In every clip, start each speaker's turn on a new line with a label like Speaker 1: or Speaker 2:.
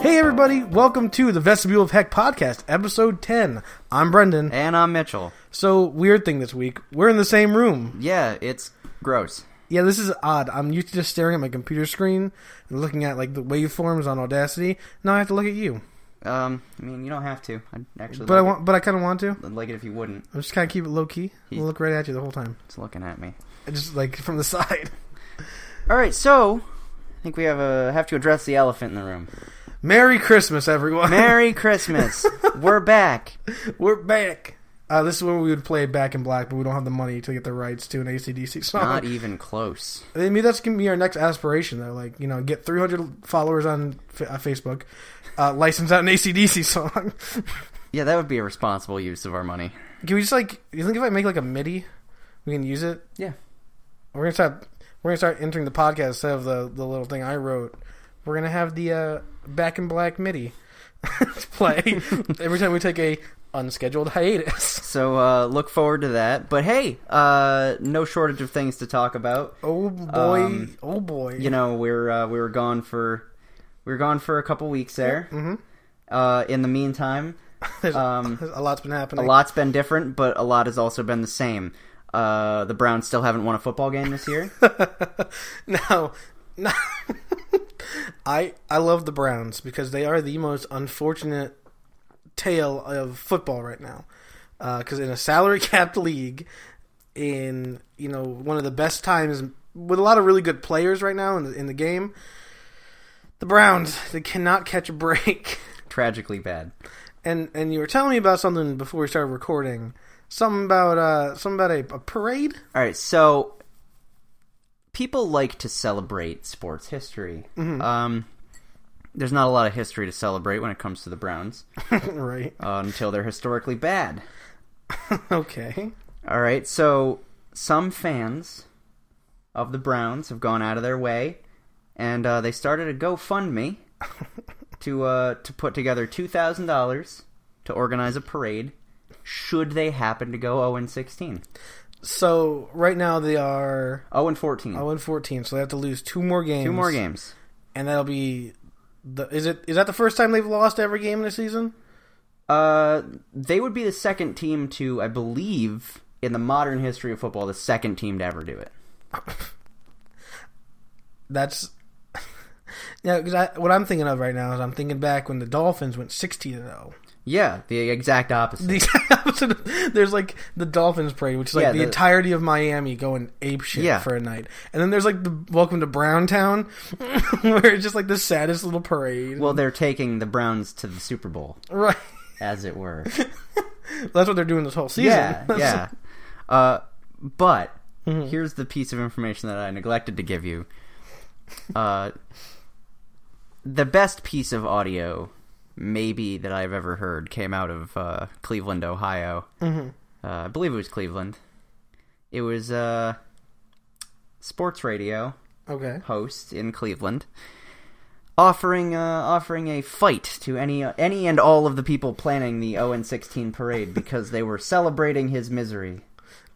Speaker 1: Hey, everybody, welcome to the Vestibule of Heck podcast, episode 10. I'm Brendan.
Speaker 2: And I'm Mitchell.
Speaker 1: So, weird thing this week, we're in the same room.
Speaker 2: Yeah, it's gross.
Speaker 1: Yeah, this is odd. I'm used to just staring at my computer screen and looking at like the waveforms on Audacity. Now I have to look at you.
Speaker 2: Um, I mean, you don't have to. I actually
Speaker 1: But I
Speaker 2: like
Speaker 1: want but I kind of want to.
Speaker 2: it. I'd like it if you wouldn't.
Speaker 1: I'm just kind of keep it low key.
Speaker 2: He-
Speaker 1: look right at you the whole time.
Speaker 2: It's looking at me.
Speaker 1: I just like from the side.
Speaker 2: All right, so I think we have a have to address the elephant in the room.
Speaker 1: Merry Christmas, everyone.
Speaker 2: Merry Christmas. We're back.
Speaker 1: We're back. Uh, this is where we would play Back in Black, but we don't have the money to get the rights to an ACDC song.
Speaker 2: Not even close.
Speaker 1: I mean, that's gonna be our next aspiration, though. Like, you know, get 300 followers on F- uh, Facebook, uh, license out an ACDC song.
Speaker 2: Yeah, that would be a responsible use of our money.
Speaker 1: can we just like? You think if I make like a MIDI, we can use it?
Speaker 2: Yeah.
Speaker 1: We're gonna start. We're gonna start entering the podcast instead of the the little thing I wrote. We're gonna have the uh, Back in Black MIDI to play every time we take a unscheduled hiatus.
Speaker 2: So uh, look forward to that. But hey, uh, no shortage of things to talk about.
Speaker 1: Oh boy!
Speaker 2: Um,
Speaker 1: oh boy!
Speaker 2: You know, we're uh, we were gone for we were gone for a couple weeks there.
Speaker 1: Mhm.
Speaker 2: Uh, in the meantime,
Speaker 1: There's-
Speaker 2: um,
Speaker 1: a lot's been happening.
Speaker 2: a lot's been different, but a lot has also been the same. Uh, the Browns still haven't won a football game this year.
Speaker 1: now, now Oh. I I love the Browns because they are the most unfortunate tale of football right now. Because in a salary capped league, in you know one of the best times with a lot of really good players right now in the, in the game, the Browns they cannot catch a break.
Speaker 2: Tragically bad.
Speaker 1: And and you were telling me about something before we started recording. Something about uh something about a, a parade.
Speaker 2: All right, so people like to celebrate sports history. Um, there's not a lot of history to celebrate when it comes to the Browns
Speaker 1: right.
Speaker 2: uh, until they're historically bad.
Speaker 1: Okay.
Speaker 2: All right, so some fans of the Browns have gone out of their way, and uh, they started a GoFundMe to uh, to put together two thousand dollars to organize a parade. Should they happen to go zero and sixteen,
Speaker 1: So right now they are
Speaker 2: zero and fourteen,
Speaker 1: 0 and 14, so they have to lose two more Oh games.
Speaker 2: two more games.
Speaker 1: and that'll be the is it is that the first time they've lost every game in a season?
Speaker 2: Uh, they would be the second team to, I believe, in the modern history of football, the second team to ever do it.
Speaker 1: That's yeah. Because what I'm thinking of right now is I'm thinking back when the Dolphins went 16 and 0.
Speaker 2: Yeah, the exact opposite.
Speaker 1: The exact opposite of- There's like the Dolphins parade, which is like
Speaker 2: Yeah,
Speaker 1: the,
Speaker 2: the-
Speaker 1: entirety of Miami going ape shit
Speaker 2: Yeah.
Speaker 1: for a night, and then there's like the Welcome to Brown Town, where it's just like the saddest little parade.
Speaker 2: well, they're taking the Browns to the Super Bowl,
Speaker 1: right.
Speaker 2: as it were.
Speaker 1: That's what they're doing this whole season.
Speaker 2: Yeah, yeah. Uh, but here's the piece of information that I neglected to give you. Uh, the best piece of audio, maybe that I've ever heard, came out of uh, Cleveland, Ohio. Uh, I believe it was Cleveland. It was uh, sports radio
Speaker 1: Okay.
Speaker 2: host in Cleveland, offering uh, offering a fight to any any and all of the people planning the 0 and 16 parade because they were celebrating his misery.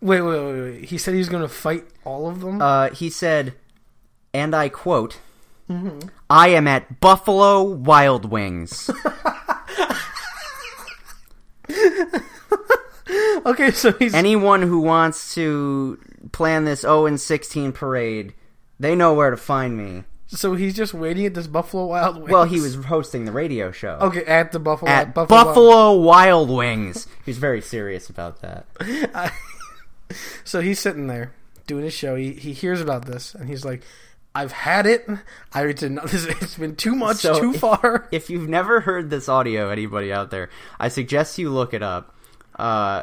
Speaker 1: Wait, wait, wait, wait. He said he was going to fight all of them?
Speaker 2: Uh, he said, and I quote. I am at Buffalo Wild Wings.
Speaker 1: okay, so he's.
Speaker 2: Anyone who wants to plan this 0 and 16 parade, they know where to find me.
Speaker 1: So he's just waiting at this Buffalo Wild Wings.
Speaker 2: Well, he was hosting the radio show
Speaker 1: Okay, at the Buffalo.
Speaker 2: at
Speaker 1: Oh, Buffalo.
Speaker 2: Buffalo Wild Wings. He was very serious about that.
Speaker 1: So he's sitting there doing his show. He, he hears about this and he's like, I've had it. I did not, this, It's been too much,
Speaker 2: So
Speaker 1: too
Speaker 2: if-
Speaker 1: far.
Speaker 2: if you've never heard this audio, anybody out there, I suggest you look it up. Uh,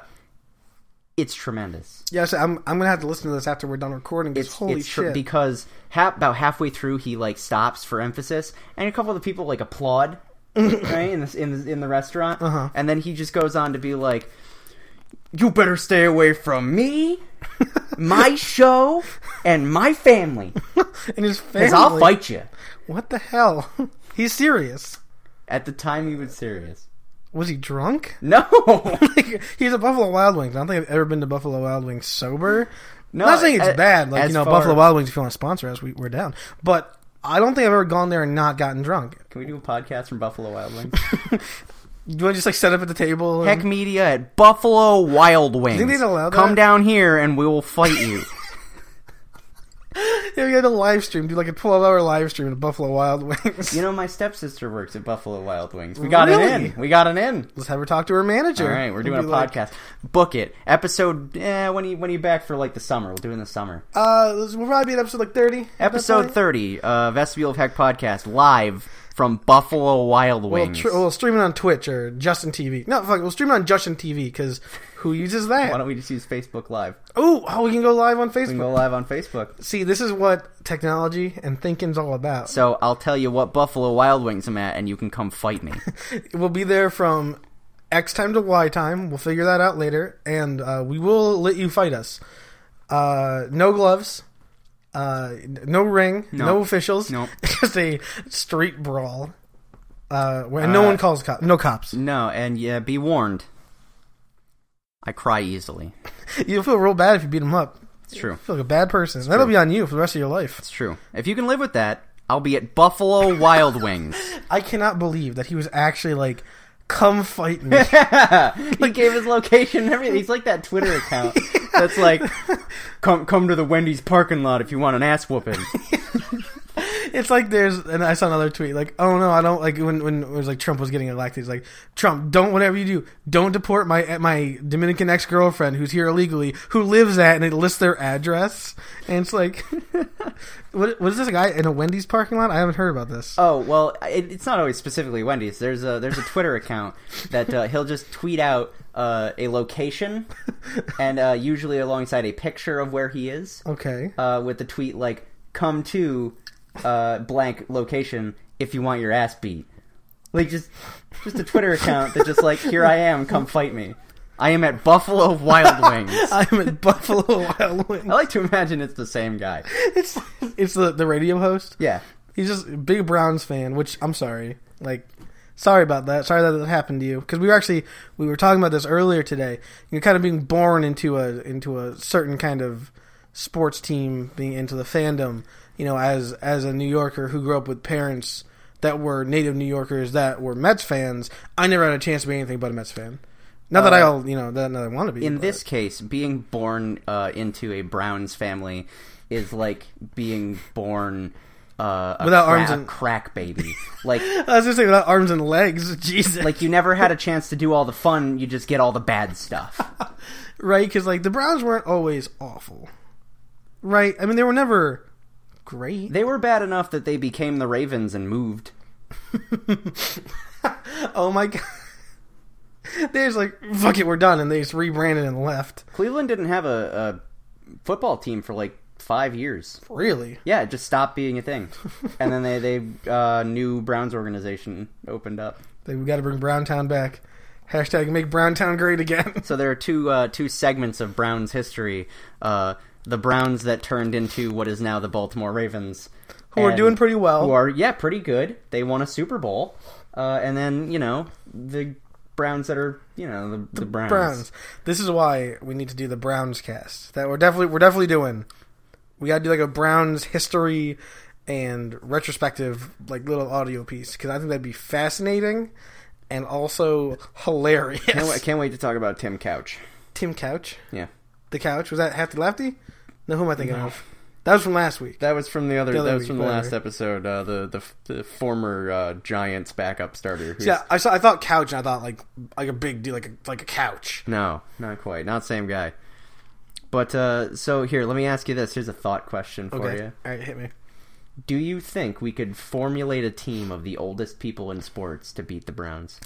Speaker 2: it's tremendous.
Speaker 1: Yeah, so I'm, I'm going to have to listen to this after we're done recording because
Speaker 2: It's,
Speaker 1: holy
Speaker 2: it's tr-
Speaker 1: shit.
Speaker 2: because ha- about halfway through, he like stops for emphasis, and a couple of the people like applaud, right in the in the, in the restaurant,
Speaker 1: Uh-huh.
Speaker 2: and then he just goes on to be like, "You better stay away from me." my show and my family
Speaker 1: and his family.
Speaker 2: because i'll fight you
Speaker 1: What the hell? he's serious.
Speaker 2: at the time he was serious
Speaker 1: Was he drunk?
Speaker 2: no
Speaker 1: he's a Buffalo Wild Wings. I don't think I've ever been to Buffalo Wild Wings sober.
Speaker 2: no
Speaker 1: I'm not saying it's
Speaker 2: a-
Speaker 1: bad. Like
Speaker 2: as
Speaker 1: you know,
Speaker 2: far-
Speaker 1: Buffalo Wild Wings. If you want to sponsor us, we, we're down. But I don't think I've ever gone there and not gotten drunk.
Speaker 2: Can we do a podcast from Buffalo Wild Wings?
Speaker 1: Do you want to just like set up at the table? and-
Speaker 2: Heck Media at Buffalo Wild Wings.
Speaker 1: Think they'd allow
Speaker 2: Come
Speaker 1: that?
Speaker 2: down here and we will fight you.
Speaker 1: yeah, we had a live stream, do like a twelve-hour live stream at Buffalo Wild Wings.
Speaker 2: you know, my stepsister works at Buffalo Wild Wings. We got
Speaker 1: Really?
Speaker 2: an in. We got an in.
Speaker 1: Let's have her talk to her manager.
Speaker 2: All right, we're doing a
Speaker 1: We'll be like,
Speaker 2: podcast. Book it. Episode. Eh, when you when are you back for like the summer? We'll do it in the summer.
Speaker 1: uh, this will probably be at episode like thirty. at that
Speaker 2: Episode
Speaker 1: point.
Speaker 2: thirty. Uh, Vestibule of Heck podcast live from Buffalo Wild
Speaker 1: We'll,
Speaker 2: Wings.
Speaker 1: tr- we'll stream it on Twitch or Justin TV. No, fuck, we'll stream it on Justin TV because who uses
Speaker 2: Why
Speaker 1: that?
Speaker 2: don't we just use Facebook Live?
Speaker 1: Oh, oh, we can go live on
Speaker 2: We
Speaker 1: Facebook.
Speaker 2: can go live on Facebook.
Speaker 1: See, this is what technology and thinking's all about.
Speaker 2: So I'll tell you what Buffalo Wild Wings I'm at, and you can come fight me.
Speaker 1: We'll be there from X time to Y time. We'll figure that out later, and uh, we will let you fight us. Uh, no gloves, uh, n- no ring, no,
Speaker 2: No.
Speaker 1: officials.
Speaker 2: Nope.
Speaker 1: Just a street brawl. Uh, where no
Speaker 2: Uh,
Speaker 1: one calls cops. No cops.
Speaker 2: no, and yeah, be warned. I cry easily.
Speaker 1: You'll feel real bad if you beat them up.
Speaker 2: It's true.
Speaker 1: You feel like a bad person. That'll be on you for the rest of your life.
Speaker 2: It's true. If you can live with that, I'll be at Buffalo Wild Wings.
Speaker 1: I cannot believe that he was actually like, "Come fight me."
Speaker 2: he gave his location and everything. He's like that Twitter account that's like, come come to the Wendy's parking lot if you want an ass whooping.
Speaker 1: It's like there's, and I saw another tweet like, "Oh no, I don't like when when it was like Trump was getting elected. He's like, Trump, don't whatever you do, don't deport my my Dominican ex girlfriend who's here illegally, who lives at, and it lists their address, and it's like, what what is this guy in a Wendy's parking lot? I haven't heard about this.
Speaker 2: Oh well, it, it's not always specifically Wendy's. There's a there's a Twitter account that uh, he'll just tweet out uh, a location, and uh, usually alongside a picture of where he is,
Speaker 1: Okay,
Speaker 2: uh, with the tweet like, "Come to uh, blank location if you want your ass beat." Like just just a Twitter account that just like, "Here I am, come fight me." I am at Buffalo Wild Wings.
Speaker 1: I'm at Buffalo Wild
Speaker 2: I
Speaker 1: Wings.
Speaker 2: like to imagine it's the same guy.
Speaker 1: It's it's the the radio host.
Speaker 2: Yeah.
Speaker 1: He's just a big Browns fan, which I'm sorry. Like, sorry about that. Sorry that that happened to you. Because we were actually we were talking about this earlier today. You're kind of being born into a into a certain kind of sports team, being into the fandom. You know, as as a New Yorker who grew up with parents that were native New Yorkers that were Mets fans, I never had a chance to be anything but a Mets fan. Not that
Speaker 2: Uh,
Speaker 1: I all you know that, that I want to be.
Speaker 2: In
Speaker 1: but-
Speaker 2: this case, being born uh, into a Browns family is like being born uh, a
Speaker 1: Without
Speaker 2: cra-
Speaker 1: arms
Speaker 2: a
Speaker 1: and-
Speaker 2: crack baby. like
Speaker 1: I was just saying about arms and legs. Jesus,
Speaker 2: like you never had a chance to do all the fun. You just get all the bad stuff.
Speaker 1: right? Because like the Browns weren't always awful, right? I mean, they were never great.
Speaker 2: They were bad enough that they became the Ravens and moved.
Speaker 1: Oh my god, they just like fuck it, we're done, and they just rebranded and left.
Speaker 2: Cleveland didn't have a, a football team for like five years.
Speaker 1: Really?
Speaker 2: Yeah, it just stopped being a thing, and then they they uh, new Browns organization opened up.
Speaker 1: They, we got to bring Browntown back. Hashtag make Browntown great again.
Speaker 2: So there are two uh, two segments of Browns history: uh, the Browns that turned into what is now the Baltimore Ravens,
Speaker 1: Who are
Speaker 2: and-
Speaker 1: doing pretty well.
Speaker 2: who are yeah pretty good. They won a Super Bowl, uh, and then you know the Browns that are you know the, the, Browns.
Speaker 1: Browns. This is why we need to do the Browns cast. That we're definitely we're definitely doing. We got to do like a Browns history and retrospective like little audio piece because I think that'd be fascinating and also hilarious.
Speaker 2: Can't, wa- can't wait to talk about Tim Couch.
Speaker 1: Tim Couch,
Speaker 2: Yeah,
Speaker 1: the couch was that Hefty Lefty? No, who am I thinking of? That was from last week.
Speaker 2: that was from the other,
Speaker 1: The other
Speaker 2: that was
Speaker 1: week,
Speaker 2: from the last
Speaker 1: whatever.
Speaker 2: episode. Uh, the, the f- the former uh, Giants backup starter. who's-
Speaker 1: Yeah, I saw. I thought couch, and I thought like like a big deal, like a, like a couch.
Speaker 2: No, not quite. Not same guy. But uh, so here, let me ask you this. Here's a thought question for
Speaker 1: Okay,
Speaker 2: you.
Speaker 1: all right, hit me.
Speaker 2: Do you think we could formulate a team of the oldest people in sports to beat the Browns?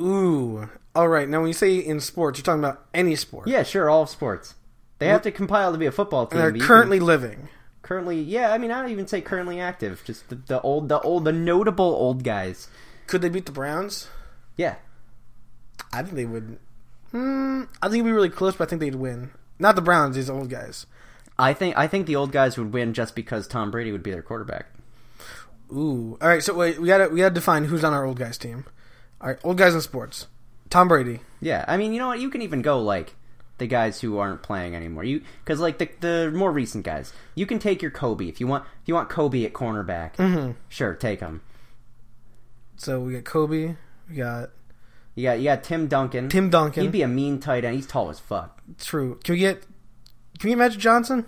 Speaker 1: Ooh, all right. Now when you say in sports, you're talking about any sport.
Speaker 2: Yeah, sure, all of sports. They have to compile to be a football team.
Speaker 1: and
Speaker 2: but
Speaker 1: they're
Speaker 2: you
Speaker 1: currently living.
Speaker 2: can- currently, yeah. I mean, I don't even say currently active. Just the, the old, the old, the notable old guys.
Speaker 1: Could they beat the Browns?
Speaker 2: Yeah,
Speaker 1: I think they would. Hmm, I think it'd be really close, but I think they'd win. Not the Browns; these old guys.
Speaker 2: I think I think the old guys would win just because Tom Brady would be their quarterback.
Speaker 1: Ooh. All right. So wait, we gotta we gotta define who's on our old guys team. All right, old guys in sports. Tom Brady.
Speaker 2: Yeah, I mean, you know what? You can even go like the guys who aren't playing anymore. You because like the the more recent guys, you can take your Kobe if you want. If you want Kobe at cornerback,
Speaker 1: Mm-hmm.
Speaker 2: sure, take him.
Speaker 1: So we got Kobe, we got
Speaker 2: You got you got Tim Duncan.
Speaker 1: Tim Duncan.
Speaker 2: He'd be a mean tight end. He's tall as fuck.
Speaker 1: True. Can we get? Can we get Magic Johnson?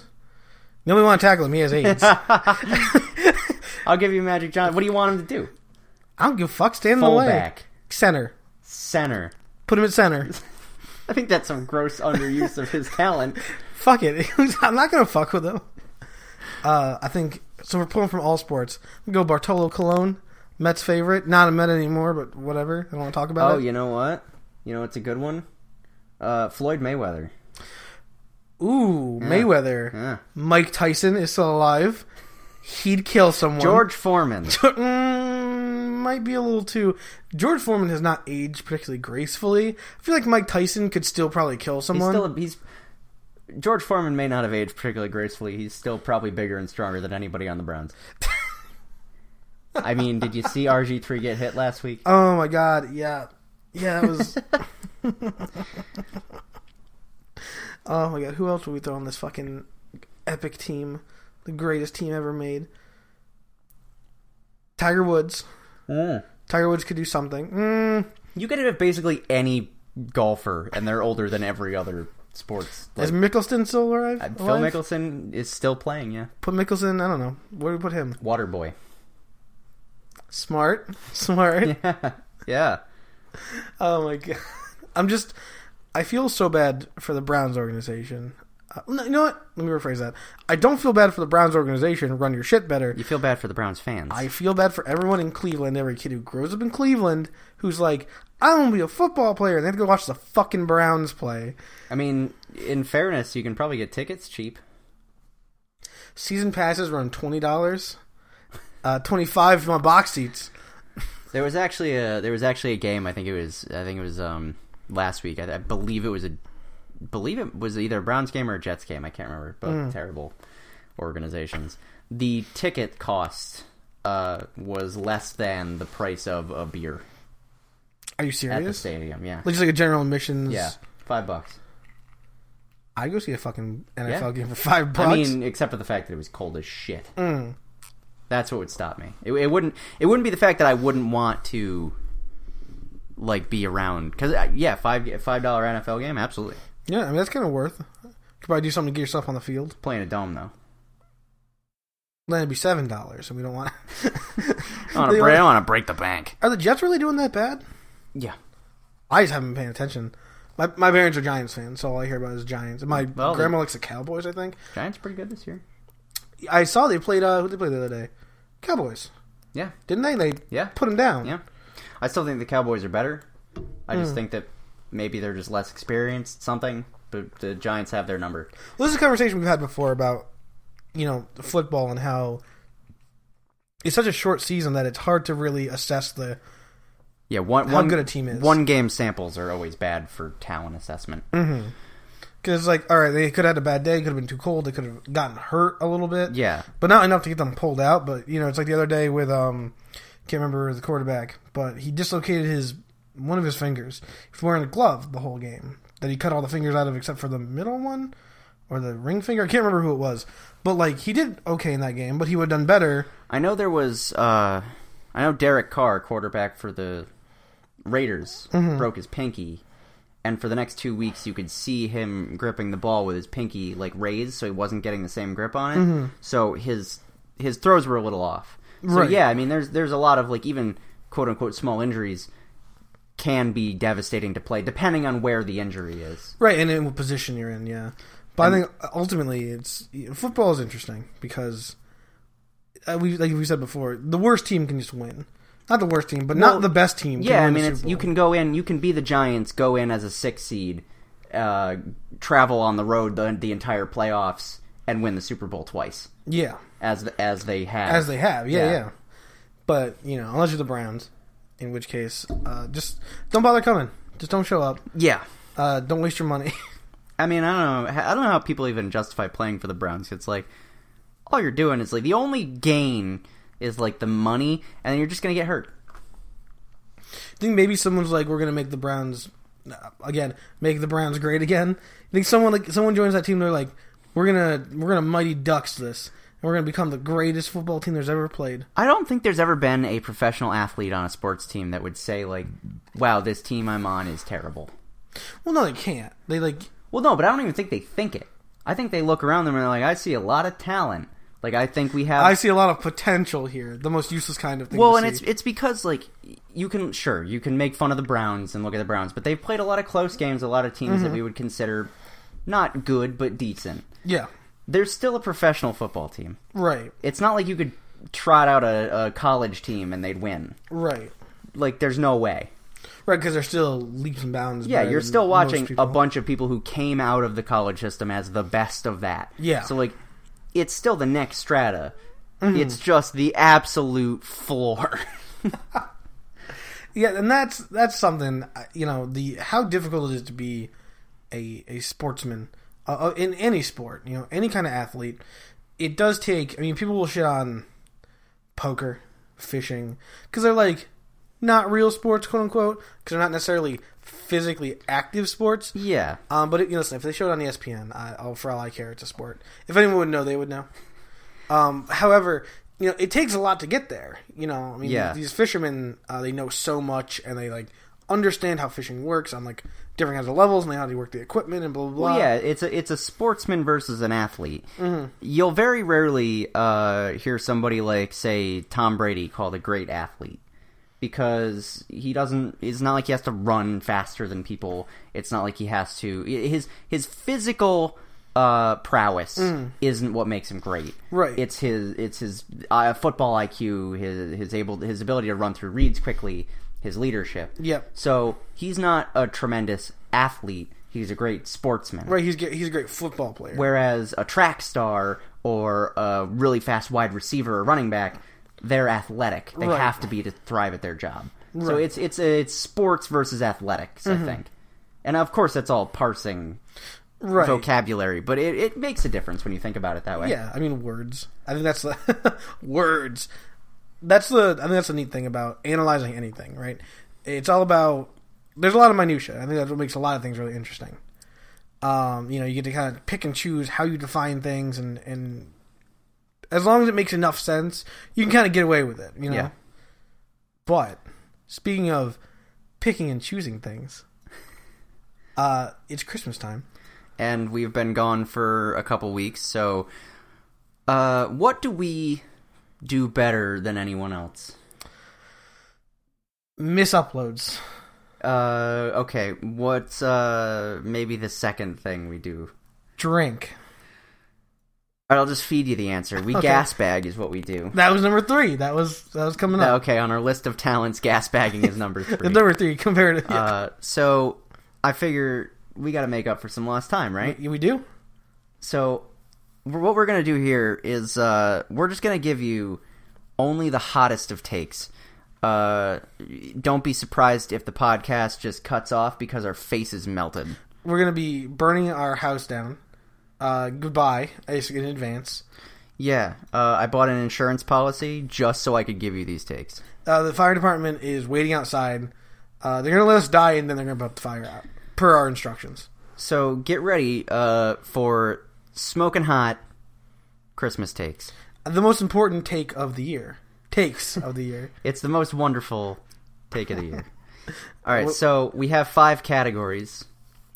Speaker 1: Nobody want to tackle him. He has AIDS.
Speaker 2: I'll give you Magic John. What do you want him to do?
Speaker 1: I don't give a fuck. Stand in the way.
Speaker 2: Fullback,
Speaker 1: Center.
Speaker 2: center.
Speaker 1: Put him at center.
Speaker 2: I think that's some gross underuse of his talent.
Speaker 1: fuck it. I'm not gonna fuck with him. Uh, I think so. We're pulling from all sports. We go Bartolo Colon, Mets favorite. Not a Met anymore, but whatever. I don't want to talk about
Speaker 2: Oh,
Speaker 1: it.
Speaker 2: you know what? You know it's a good one. Uh, Floyd Mayweather. Mm.
Speaker 1: Ooh, Mayweather.
Speaker 2: Yeah.
Speaker 1: Mike Tyson is still alive. He'd kill someone.
Speaker 2: George Foreman.
Speaker 1: Mm, might be a little too. George Foreman has not aged particularly gracefully. I feel like Mike Tyson could still probably kill
Speaker 2: He's
Speaker 1: someone.
Speaker 2: still a, he's George Foreman may not have aged particularly gracefully. He's still probably bigger and stronger than anybody on the Browns. I mean, did you see RG three get hit last week?
Speaker 1: oh my god, yeah, yeah, it was. oh my god, who else would we throw on this fucking epic team? The greatest team ever made. Tiger Woods.
Speaker 2: Mm.
Speaker 1: Tiger Woods could do something. Mm,
Speaker 2: You could have basically any golfer, and they're older than every other sports. Like, uh,
Speaker 1: is Mickelson still alive?
Speaker 2: Phil
Speaker 1: alive?
Speaker 2: Mickelson is still playing. Yeah,
Speaker 1: Put Mickelson. I don't know. Where do we put him?
Speaker 2: water boy.
Speaker 1: Smart, smart.
Speaker 2: yeah,
Speaker 1: Oh my god! I'm just. I feel so bad for the Browns organization. Uh, no, you know what? Let me rephrase that. I don't feel bad for the Browns organization. Run your shit better.
Speaker 2: you feel bad for the Browns fans.
Speaker 1: I feel bad for everyone in Cleveland. Every kid who grows up in Cleveland who's like, I want to be a football player, and they have to go watch the fucking Browns play.
Speaker 2: I mean, in fairness, you can probably get tickets cheap.
Speaker 1: Season passes run twenty dollars, uh, twenty five if you want box seats.
Speaker 2: There was actually a there was actually a game. I think it was I think it was um last week. I, I believe it was a believe it was either a Browns game or a Jets game. I can't remember. Both terrible organizations. The ticket cost uh was less than the price of a beer
Speaker 1: Are you
Speaker 2: at the
Speaker 1: serious?
Speaker 2: stadium. Yeah,
Speaker 1: Like just like a general admissions.
Speaker 2: yeah, five bucks.
Speaker 1: I go see a fucking NFL
Speaker 2: Yeah.
Speaker 1: game for five bucks.
Speaker 2: I mean, except for the fact that it was cold as shit.
Speaker 1: Mm.
Speaker 2: That's what would stop me. It, it wouldn't. It wouldn't be the fact that I wouldn't want to, like, be around. Because yeah, five five dollar NFL game, absolutely.
Speaker 1: yeah, I mean that's kind of worth. Could probably do something to get yourself on the field.
Speaker 2: Playing a dome though.
Speaker 1: Then it'd be seven dollars, and we don't want.
Speaker 2: I want
Speaker 1: They
Speaker 2: to
Speaker 1: were-
Speaker 2: break. I want to break the bank.
Speaker 1: Are the Jets really doing that bad?
Speaker 2: Yeah.
Speaker 1: I just haven't been paying attention. My my parents are Giants fans, so all I hear about is Giants. And my
Speaker 2: Well, they-
Speaker 1: grandma likes the Cowboys. I think
Speaker 2: Giants pretty good this year.
Speaker 1: I saw they played. Uh, who they played the other day? Cowboys,
Speaker 2: Yeah.
Speaker 1: didn't they? They
Speaker 2: Yeah.
Speaker 1: put them down.
Speaker 2: Yeah. I still think the Cowboys are better. I just
Speaker 1: Mm.
Speaker 2: think that maybe they're just less experienced. Something. But the Giants have their number.
Speaker 1: Well, this is a conversation we've had before about you know football and how it's such a short season that it's hard to really assess the.
Speaker 2: Yeah. One.
Speaker 1: How
Speaker 2: one
Speaker 1: good a team is.
Speaker 2: One game samples are always bad for talent assessment.
Speaker 1: Because it's like, all right, they could have had a bad day. Could have been too cold. They could have gotten hurt a little bit.
Speaker 2: Yeah.
Speaker 1: but not enough to get them pulled out. But you know, it's like the other day with um, can't remember the quarterback, but he dislocated his one of his fingers. He's wearing a glove the whole game that he cut all the fingers out of except for the middle one or the ring finger. I can't remember who it was, but like he did okay in that game, but he would have done better.
Speaker 2: I know there was. Uh, I know Derek Carr, quarterback for the Raiders, broke his pinky, and for the next two weeks, you could see him gripping the ball with his pinky like raised, so he wasn't getting the same grip on it. So his his throws were a little off. So
Speaker 1: Right.
Speaker 2: yeah, I mean, there's there's a lot of like even quote unquote small injuries can be devastating to play depending on where the injury is.
Speaker 1: Right, and in what position you're in, yeah. But I think ultimately, it's football is interesting because uh, we, like we said before, the worst team can just win. Not the worst team, but
Speaker 2: Well,
Speaker 1: not the best team. can
Speaker 2: Yeah, I
Speaker 1: win the
Speaker 2: mean,
Speaker 1: Super
Speaker 2: it's, you
Speaker 1: Bowl.
Speaker 2: can go in, you can be the Giants, go in as a six seed, uh, travel on the road the, the entire playoffs, and win the Super Bowl twice,
Speaker 1: Yeah,
Speaker 2: as the, as they have.
Speaker 1: as they have. Yeah, yeah,
Speaker 2: Yeah.
Speaker 1: But you know, unless you're the Browns, in which case, uh, just don't bother coming. Just don't show up.
Speaker 2: yeah.
Speaker 1: Uh, don't waste your money.
Speaker 2: I mean, I don't know. I don't know how people even justify playing for the Browns. It's like all you're doing is like the only gain is like the money, and you're just gonna get hurt.
Speaker 1: I think maybe someone's like, we're gonna make the Browns uh, again make the Browns great again. You think someone like someone joins that team? They're like, we're gonna we're gonna mighty ducks this, and we're gonna become the greatest football team there's ever played.
Speaker 2: I don't think there's ever been a professional athlete on a sports team that would say like, "Wow, this team I'm on is terrible."
Speaker 1: Well, no, they can't. They like
Speaker 2: Well, no, but I don't even think they think it. I think they look around them and they're like, "I see a lot of talent." Like I think we have
Speaker 1: I see a lot of potential here. The most useless kind of thing.
Speaker 2: Well,
Speaker 1: to
Speaker 2: and
Speaker 1: see.
Speaker 2: it's it's because like you can sure you can make fun of the Browns and look at the Browns, but they've played a lot of close games, a lot of teams
Speaker 1: Mm-hmm.
Speaker 2: that we would consider not good but decent.
Speaker 1: yeah,
Speaker 2: They're still a professional football team.
Speaker 1: right,
Speaker 2: It's not like you could trot out a, a college team and they'd win.
Speaker 1: right,
Speaker 2: Like there's no way.
Speaker 1: right. Because they're still leaps and bounds.
Speaker 2: Yeah,
Speaker 1: better
Speaker 2: you're
Speaker 1: than
Speaker 2: still
Speaker 1: most
Speaker 2: watching a
Speaker 1: people.
Speaker 2: bunch of people who came out of the college system as the best of that.
Speaker 1: Yeah. Mm-hmm.
Speaker 2: So like it's still the next strata. It's just the absolute floor.
Speaker 1: Yeah, and that's that's something uh, you know the how difficult it is to be a a sportsman uh, uh, in any sport, you know, any kind of athlete. It does take. I mean, people will shit on poker, fishing, because they're like not real sports, quote unquote, because they're not necessarily physically active sports.
Speaker 2: yeah.
Speaker 1: Um, but it, you know, listen, if they showed it on ESPN, I, I'll, for all I care, it's a sport. If anyone would know, they would know. Um, however, you know, it takes a lot to get there. You know, I mean,
Speaker 2: Yeah.
Speaker 1: these fishermen, uh, they know so much and they like understand how fishing works on like different kinds of levels and they know how to work the equipment and blah blah. blah.
Speaker 2: Well, yeah, it's a it's a sportsman versus an athlete. You'll very rarely uh, hear somebody like say Tom Brady called a great athlete because he doesn't. It's not like he has to run faster than people. It's not like he has to. His his physical uh, prowess isn't what makes him great.
Speaker 1: Mm. Right.
Speaker 2: It's his it's his uh, football IQ, his his able his ability to run through reads quickly, his leadership.
Speaker 1: Yep.
Speaker 2: So he's not a tremendous athlete. He's a great sportsman.
Speaker 1: right. He's ge- he's a great football player.
Speaker 2: Whereas a track star or a really fast wide receiver or running back, they're athletic. They
Speaker 1: Right.
Speaker 2: have to be to thrive at their job. So it's it's it's sports versus athletics, I
Speaker 1: Mm-hmm.
Speaker 2: think. And of course, that's all parsing
Speaker 1: right.
Speaker 2: vocabulary, but it, it makes a difference when you think about it that way.
Speaker 1: Yeah, I mean words. I think that's the words. That's the I think that's the neat thing about analyzing anything, right? It's all about there's a lot of minutia. I think that's what makes a lot of things really interesting. Um, you know, you get to kind of pick and choose how you define things, and and as long as it makes enough sense, you can kind of get away with it, you know.
Speaker 2: Yeah.
Speaker 1: But speaking of picking and choosing things, uh, it's Christmas time.
Speaker 2: and we've been gone for a couple weeks. So, uh, what do we do better than anyone else?
Speaker 1: Miss uploads.
Speaker 2: Uh, okay, what's uh maybe the second thing we do?
Speaker 1: Drink.
Speaker 2: All right, I'll just feed you the answer. We
Speaker 1: Okay.
Speaker 2: gas bag is what we do. Uh,
Speaker 1: That was number three. That was that was coming up.
Speaker 2: Okay, on our list of talents, gas bagging is number three.
Speaker 1: Number three compared to yeah.
Speaker 2: uh, so I figure we got to make up for some lost time, right?
Speaker 1: Yeah, we do. Mm-hmm.
Speaker 2: So we're- what we're gonna do here is uh, we're just gonna give you only the hottest of takes. Uh, don't be surprised if the podcast just cuts off because our faces melted.
Speaker 1: We're gonna be burning our house down. Uh, goodbye I guess, in advance.
Speaker 2: Yeah, uh, I bought an insurance policy just so I could give you these takes.
Speaker 1: Uh, the fire department is waiting outside. Uh, they're gonna let us die, and then they're gonna put the fire out per our instructions.
Speaker 2: So get ready uh, for smoking hot Christmas takes.
Speaker 1: The most important take of the year, takes of the year.
Speaker 2: It's the most wonderful take of the year. All right, so we have five categories,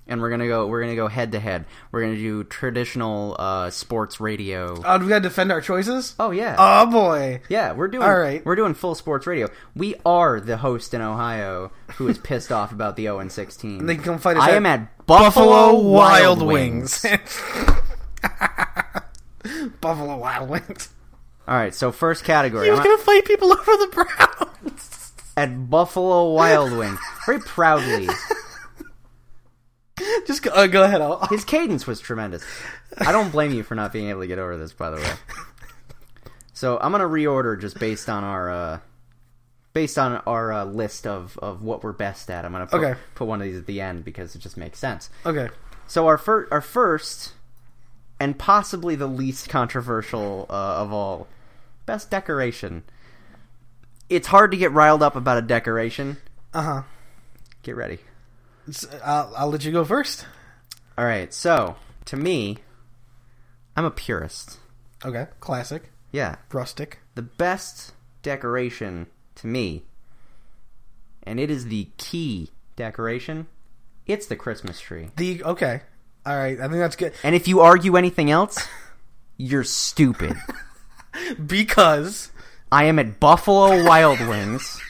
Speaker 2: and we're gonna go. We're gonna go head to head. We're gonna do traditional uh, sports radio.
Speaker 1: Uh, do we gotta defend our choices.
Speaker 2: Oh yeah,
Speaker 1: Oh boy,
Speaker 2: yeah. We're doing.
Speaker 1: all right.
Speaker 2: we're doing full sports radio. We are the host in Ohio who is pissed off about the zero and sixteen.
Speaker 1: they can come fight us
Speaker 2: I
Speaker 1: at
Speaker 2: am at Buffalo Wild Wings.
Speaker 1: Buffalo Wild Wings.
Speaker 2: All right, so first category.
Speaker 1: He was
Speaker 2: I'm
Speaker 1: gonna fight people over the Browns.
Speaker 2: at Buffalo Wild Wings very proudly.
Speaker 1: Just go, uh, go ahead. I'll,
Speaker 2: His cadence was tremendous. I don't blame you for not being able to get over this, by the way. So I'm gonna reorder just based on our uh, based on our uh, list of, of what we're best at. I'm gonna put,
Speaker 1: Okay.
Speaker 2: put one of these at the end because it just makes sense.
Speaker 1: okay.
Speaker 2: So our fir- our first and possibly the least controversial uh, of all best decoration. It's hard to get riled up about a decoration.
Speaker 1: Uh huh.
Speaker 2: Get ready.
Speaker 1: S- I'll, I'll let you go first.
Speaker 2: All right, so to me, I'm a purist.
Speaker 1: Okay, classic,
Speaker 2: Yeah,
Speaker 1: rustic.
Speaker 2: the best decoration to me, and it is the key decoration. It's the Christmas tree.
Speaker 1: The okay, all right. I think that's good
Speaker 2: And if you argue anything else, you're stupid.
Speaker 1: because
Speaker 2: I am at Buffalo Wild Wings.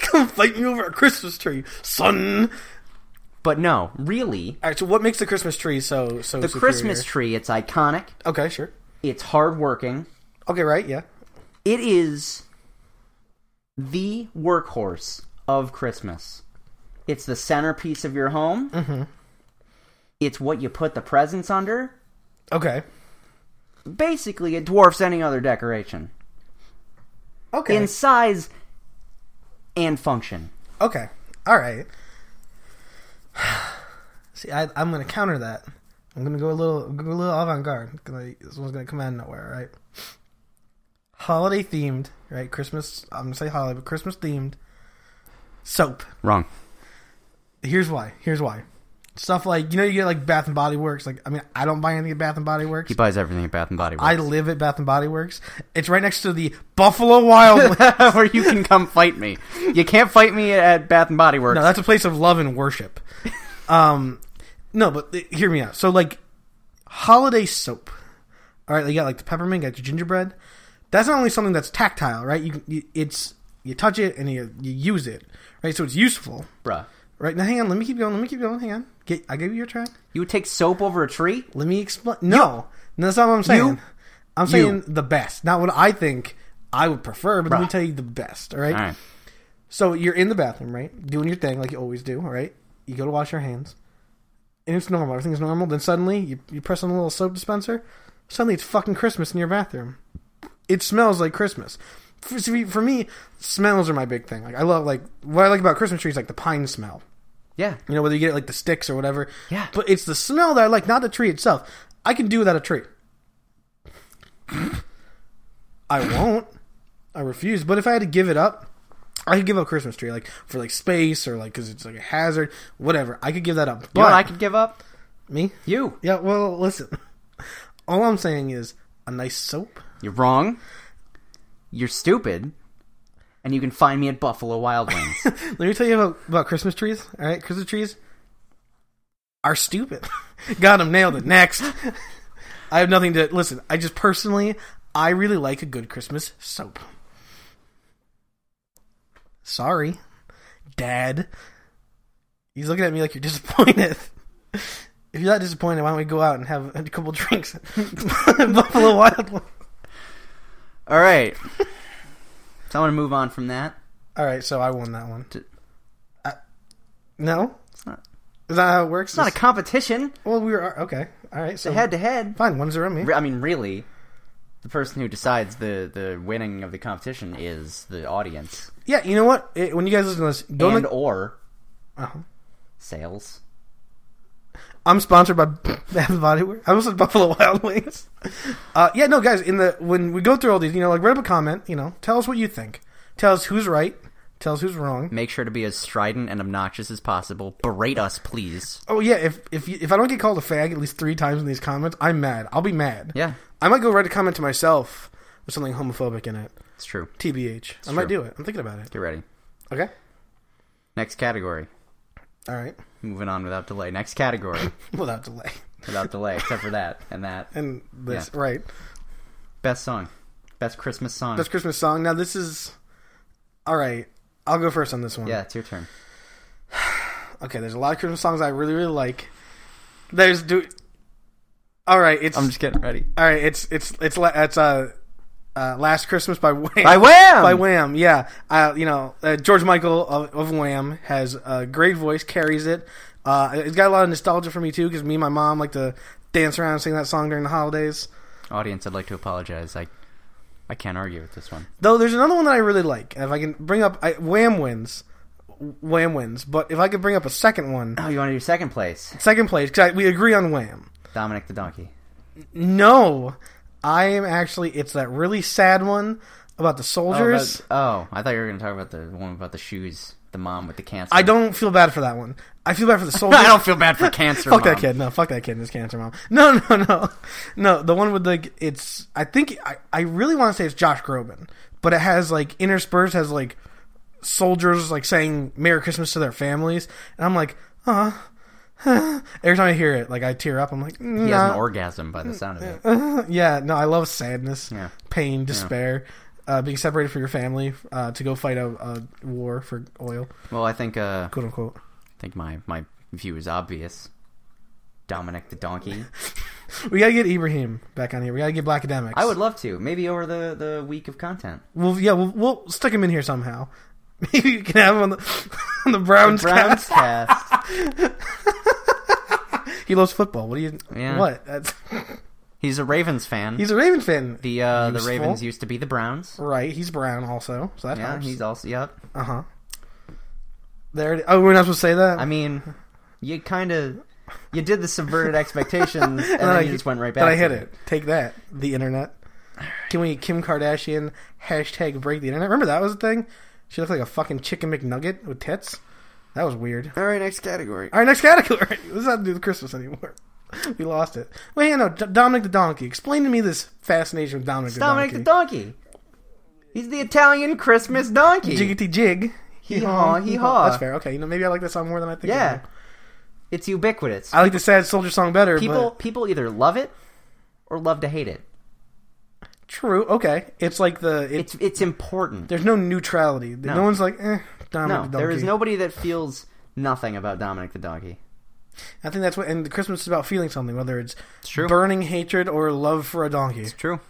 Speaker 1: come fight me over a Christmas tree, son.
Speaker 2: But no, really,
Speaker 1: All right. So what makes the Christmas tree so so?
Speaker 2: the Christmas tree, it's iconic,
Speaker 1: Okay, sure.
Speaker 2: it's hardworking,
Speaker 1: Okay, right. Yeah.
Speaker 2: it is the workhorse of Christmas. It's the centerpiece of your home,
Speaker 1: Mm-hmm.
Speaker 2: it's what you put the presents under.
Speaker 1: Okay.
Speaker 2: Basically, it dwarfs any other decoration
Speaker 1: Okay.
Speaker 2: in size and function.
Speaker 1: Okay. All right. See, I, I'm going to counter that. I'm going to go a little, go a little avant-garde. Gonna, this one's going to come out of nowhere, right? Holiday themed, right? Christmas. I'm going to say holiday, but Christmas themed soap.
Speaker 2: Wrong.
Speaker 1: Here's why. Here's why. Stuff like you know you get like Bath and Body Works. Like I mean, I don't buy anything at Bath and Body Works.
Speaker 2: He buys everything at Bath and Body Works.
Speaker 1: I live at Bath and Body Works. It's right next to the Buffalo Wild. Wings.
Speaker 2: where you can come fight me. You can't fight me at Bath and Body Works.
Speaker 1: No, that's a place of love and worship. Um, no, but th- hear me out. So, like, holiday soap. All right, you got like the peppermint, you got the gingerbread. That's not only something that's tactile, right? You, you it's you touch it and you, you use it, right? So it's useful,
Speaker 2: Bruh.
Speaker 1: right? Now, hang on. Let me keep going. Let me keep going. Hang on. Get, I gave you your turn.
Speaker 2: You would take soap over a tree?
Speaker 1: Let me explain. No, no, that's not what I'm saying.
Speaker 2: You-
Speaker 1: I'm saying the best, not what I think I would prefer, but let me
Speaker 2: Bruh.
Speaker 1: tell you the best. All right.
Speaker 2: All right.
Speaker 1: So you're in the bathroom, right? Doing your thing like you always do, all right? You go to wash your hands. And it's normal. Everything's normal. Then suddenly you, you press on the little soap dispenser. Suddenly it's fucking Christmas in your bathroom. It smells like Christmas. For, see, for me, smells are my big thing. Like I love like what I like about Christmas trees like the pine smell.
Speaker 2: Yeah.
Speaker 1: You know, whether you get it like the sticks or whatever.
Speaker 2: Yeah.
Speaker 1: But it's the smell that I like, not the tree itself. I can do without a tree. I won't. I refuse. But if I had to give it up, I could give up Christmas tree, like for like space or like because it's like a hazard, whatever. I could give that up. But
Speaker 2: You know what I could give up?
Speaker 1: me,
Speaker 2: You.
Speaker 1: yeah. Well, listen. All I'm saying is a nice soap.
Speaker 2: You're wrong. You're stupid. And you can find me at Buffalo Wild Wings.
Speaker 1: Let me tell you about, about Christmas trees. All right, Christmas trees are stupid. Got him nailed it. Next, I have nothing to listen. I just personally, I really like a good Christmas soap. Sorry, Dad. He's looking at me like you're disappointed. If you're not disappointed, why don't we go out and have a couple drinks at Buffalo Wild Wings?
Speaker 2: All right. So I want to move on from that.
Speaker 1: All right, so I won that one.
Speaker 2: D-
Speaker 1: I- no,
Speaker 2: It's not,
Speaker 1: is that how it works?
Speaker 2: it's not a competition.
Speaker 1: Well, we were okay. All right, so
Speaker 2: Head to head.
Speaker 1: fine. One zero me.
Speaker 2: Re- I mean, really, the person who decides the, the winning of the competition is the audience.
Speaker 1: Yeah, you know what? It- when you guys listen to this, go.
Speaker 2: And
Speaker 1: to-
Speaker 2: or
Speaker 1: Uh-huh.
Speaker 2: sales.
Speaker 1: I'm sponsored by Bath and Body Works. I almost said Buffalo Wild Wings. Uh, yeah, no, guys. In the when we go through all these, you know, like write up a comment. You know, tell us what you think. Tell us who's right. Tell us who's wrong.
Speaker 2: Make sure to be as strident and obnoxious as possible. Berate us, please.
Speaker 1: Oh yeah, if if you, if I don't get called a fag at least three times in these comments, I'm mad. I'll be mad.
Speaker 2: Yeah,
Speaker 1: I might go write a comment to myself with something homophobic in it.
Speaker 2: it's true.
Speaker 1: Tbh, I might
Speaker 2: true.
Speaker 1: do it. I'm thinking about it.
Speaker 2: Get ready.
Speaker 1: Okay.
Speaker 2: Next category.
Speaker 1: All right.
Speaker 2: Moving on without delay. Next category
Speaker 1: Without delay.
Speaker 2: without delay, except for that and that.
Speaker 1: And this right.
Speaker 2: Best song. Best Christmas song.
Speaker 1: Best Christmas song. Now this is all right. I'll go first on this one.
Speaker 2: yeah, it's your turn.
Speaker 1: Okay. There's a lot of Christmas songs I really really like. There's do. All right. It's
Speaker 2: I'm just getting ready.
Speaker 1: all right. It's it's it's la- it's uh, uh Last Christmas by Wham.
Speaker 2: By Wham!
Speaker 1: By Wham. Yeah. Uh, you know uh, George Michael of, of Wham has a great voice. Carries it. Uh, it's got a lot of nostalgia for me too because me and my mom like to dance around and sing that song during the holidays.
Speaker 2: Audience, I'd like to apologize. I, I can't argue with this one.
Speaker 1: Though there's another one that I really like. And if I can bring up, I, Wham wins. Wham wins. But if I could bring up a second one,
Speaker 2: Oh, you want to do second place?
Speaker 1: second place, because we agree on Wham.
Speaker 2: Dominic the Donkey.
Speaker 1: Oh, No, I am actually. It's that really sad one about the
Speaker 2: Oh,
Speaker 1: soldiers.
Speaker 2: about- oh, I thought you were going to talk about the one about the shoes. the mom with the cancer.
Speaker 1: I don't feel bad for that one. I feel bad for the soldier.
Speaker 2: I don't feel bad for cancer.
Speaker 1: fuck that
Speaker 2: Mom.
Speaker 1: kid. No, fuck that kid. This cancer mom. No, no, no, no. The one with like it's. I think I. I really want to say it's Josh Groban, but it has like interspersed has like soldiers like saying Merry Christmas to their families, and I'm like, uh Every time I hear it, like I tear up. I'm like,
Speaker 2: He has an
Speaker 1: nah.
Speaker 2: orgasm by the sound of it.
Speaker 1: yeah, no, I love sadness,
Speaker 2: Yeah.
Speaker 1: pain, despair, uh, being separated from your family uh, to go fight a, a war for oil,
Speaker 2: Well, I think uh,
Speaker 1: quote unquote.
Speaker 2: I think my my view is obvious. Dominic the donkey.
Speaker 1: We gotta get Ibrahim back on here. We gotta get Black Academics.
Speaker 2: I would love to. Maybe over the the week of content.
Speaker 1: Well, yeah, we'll, we'll stick him in here somehow. Maybe you can have him on the on the Browns.
Speaker 2: Browns
Speaker 1: cast.
Speaker 2: cast.
Speaker 1: He loves football. What do you?
Speaker 2: Yeah.
Speaker 1: What? That's,
Speaker 2: He's a Ravens fan.
Speaker 1: he's a Raven fan.
Speaker 2: the uh, the
Speaker 1: Useful.
Speaker 2: Ravens used to be the Browns.
Speaker 1: right. He's brown also, so that
Speaker 2: Yeah,
Speaker 1: helps.
Speaker 2: he's also yep.
Speaker 1: Uh huh. There. It, oh, we're not supposed to say that.
Speaker 2: I mean, you kind of you did the subverted expectations, and
Speaker 1: No,
Speaker 2: then
Speaker 1: no,
Speaker 2: you
Speaker 1: you-
Speaker 2: just went right back.
Speaker 1: Then I hit
Speaker 2: to
Speaker 1: it. Take that. The internet. Can we Kim Kardashian hashtag break the internet? Remember that was a thing. She looked like a fucking chicken McNugget with tits. That was weird.
Speaker 2: All right, next category.
Speaker 1: All right, next category. This has nothing to do with Christmas anymore. We lost it. Wait, yeah, no, D- Dominic the Donkey. Explain to me this fascination with Dominic the Donkey.
Speaker 2: Dominic the donkey. He's the Italian Christmas donkey.
Speaker 1: Jiggity jig.
Speaker 2: Hee-haw, hee-haw.
Speaker 1: That's fair. Okay, you know, maybe I like that song more than I think. I
Speaker 2: yeah,
Speaker 1: do.
Speaker 2: it's ubiquitous.
Speaker 1: I like the Sad Soldier song better.
Speaker 2: people
Speaker 1: but-
Speaker 2: people either love it or love to hate it.
Speaker 1: true. Okay, it's like the it,
Speaker 2: It's it's important.
Speaker 1: there's no neutrality. No, one's like eh. Dominic
Speaker 2: no,
Speaker 1: the Donkey.
Speaker 2: there is nobody that feels nothing about Dominic the donkey.
Speaker 1: I think that's what. And Christmas is about feeling something, whether it's
Speaker 2: true.
Speaker 1: burning hatred or love for a donkey.
Speaker 2: True.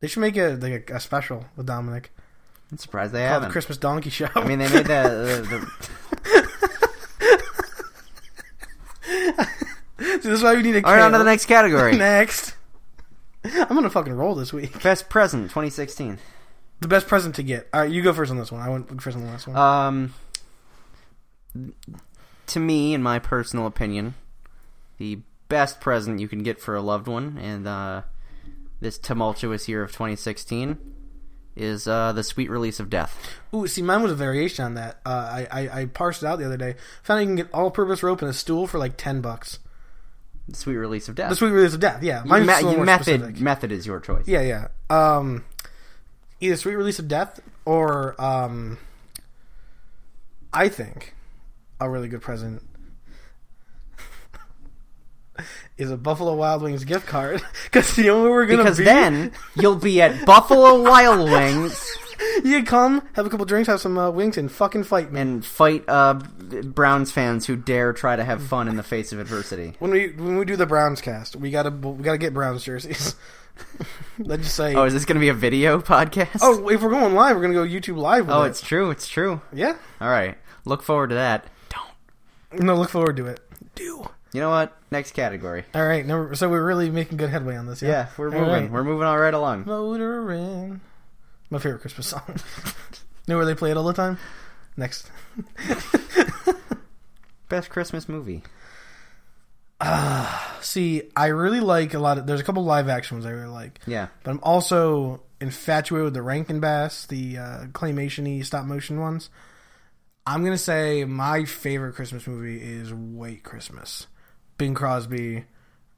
Speaker 1: They should make a like a, a special with Dominic
Speaker 2: I'm surprised they
Speaker 1: called the
Speaker 2: haven't.
Speaker 1: Christmas Donkey Show.
Speaker 2: I mean, they made the, the, the
Speaker 1: this is why we need a.
Speaker 2: all right on to
Speaker 1: Kale.
Speaker 2: the next category.
Speaker 1: Next. I'm gonna fucking roll this week.
Speaker 2: Best present 2016.
Speaker 1: The best present to get. All right, you go first on this one. I went first on the last one.
Speaker 2: Um, to me, in my personal opinion, the best present you can get for a loved one in uh, this tumultuous year of 2016 is uh, the sweet release of death.
Speaker 1: Ooh, see, mine was a variation on that. Uh, I, I I parsed it out the other day. Found out you can get all-purpose rope and a stool for like ten bucks.
Speaker 2: The sweet release of death.
Speaker 1: The sweet release of death. Yeah,
Speaker 2: you
Speaker 1: mine
Speaker 2: me-
Speaker 1: was a little
Speaker 2: you
Speaker 1: more
Speaker 2: method
Speaker 1: specific.
Speaker 2: method is your choice.
Speaker 1: Yeah, yeah. Um, either sweet release of death or um, I think a really good present is a Buffalo Wild Wings gift card because you know where we're gonna
Speaker 2: Because
Speaker 1: be?
Speaker 2: then you'll be at Buffalo Wild Wings
Speaker 1: You come, have a couple drinks, have some uh, wings, and fucking fight me.
Speaker 2: and fight uh, Browns fans who dare try to have fun in the face of adversity.
Speaker 1: When we when we do the Browns cast, we gotta we gotta get Browns jerseys. Let's just say.
Speaker 2: Oh,
Speaker 1: Oh,
Speaker 2: is this going to be a video podcast?
Speaker 1: if we're going live, we're gonna go YouTube live. With
Speaker 2: oh,
Speaker 1: it.
Speaker 2: it's true. It's true.
Speaker 1: yeah.
Speaker 2: All right. Look forward to that. Don't.
Speaker 1: No, look forward to it. Do.
Speaker 2: You know what? Next category.
Speaker 1: All right. Now, so we're really making good headway on this. Yeah,
Speaker 2: we're
Speaker 1: All
Speaker 2: moving.
Speaker 1: right.
Speaker 2: We're moving all right along.
Speaker 1: motoring. My favorite Christmas song. know where they play it all the time. Next.
Speaker 2: Best Christmas movie.
Speaker 1: See, I really like a lot of. There's a couple live action ones I really like.
Speaker 2: Yeah.
Speaker 1: But I'm also infatuated with the Rankin Bass, the uh, claymation y stop motion ones. I'm going to say my favorite Christmas movie is White Christmas. Bing Crosby,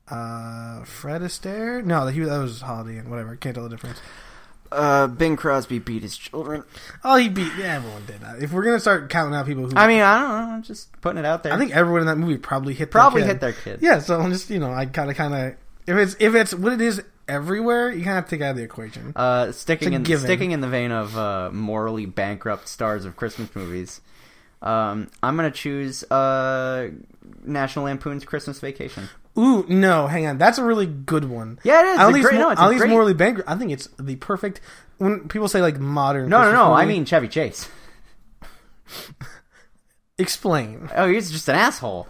Speaker 1: uh, Fred Astaire? No, he, that was Holiday Inn, whatever. Can't tell the difference.
Speaker 2: Uh, Bing Crosby beat his children.
Speaker 1: Oh, he beat. Yeah, everyone did that. If we're going to start counting out people who.
Speaker 2: I mean, I don't know. I'm just putting it out there.
Speaker 1: I think everyone in that movie probably hit
Speaker 2: probably
Speaker 1: their kid.
Speaker 2: hit their kid.
Speaker 1: Yeah, so I'm just, you know, I kind of, kind of. If it's if it's what it is everywhere, you kind of take it out of the equation.
Speaker 2: Uh, sticking
Speaker 1: It's a
Speaker 2: in
Speaker 1: given.
Speaker 2: sticking in the vein of uh, morally bankrupt stars of Christmas movies. Um, I'm gonna choose uh, National Lampoon's Christmas Vacation.
Speaker 1: Ooh, no, hang on. That's a really good one.
Speaker 2: Yeah, it is.
Speaker 1: I don't
Speaker 2: It's a
Speaker 1: think it's,
Speaker 2: great-
Speaker 1: mo-
Speaker 2: no, it's
Speaker 1: I
Speaker 2: a
Speaker 1: don't think it's
Speaker 2: great-
Speaker 1: morally bankrupt. I think it's the perfect. When people say like modern,
Speaker 2: No, no,
Speaker 1: Christmas
Speaker 2: no. I
Speaker 1: movie,
Speaker 2: mean Chevy Chase.
Speaker 1: explain
Speaker 2: Oh, he's just an asshole.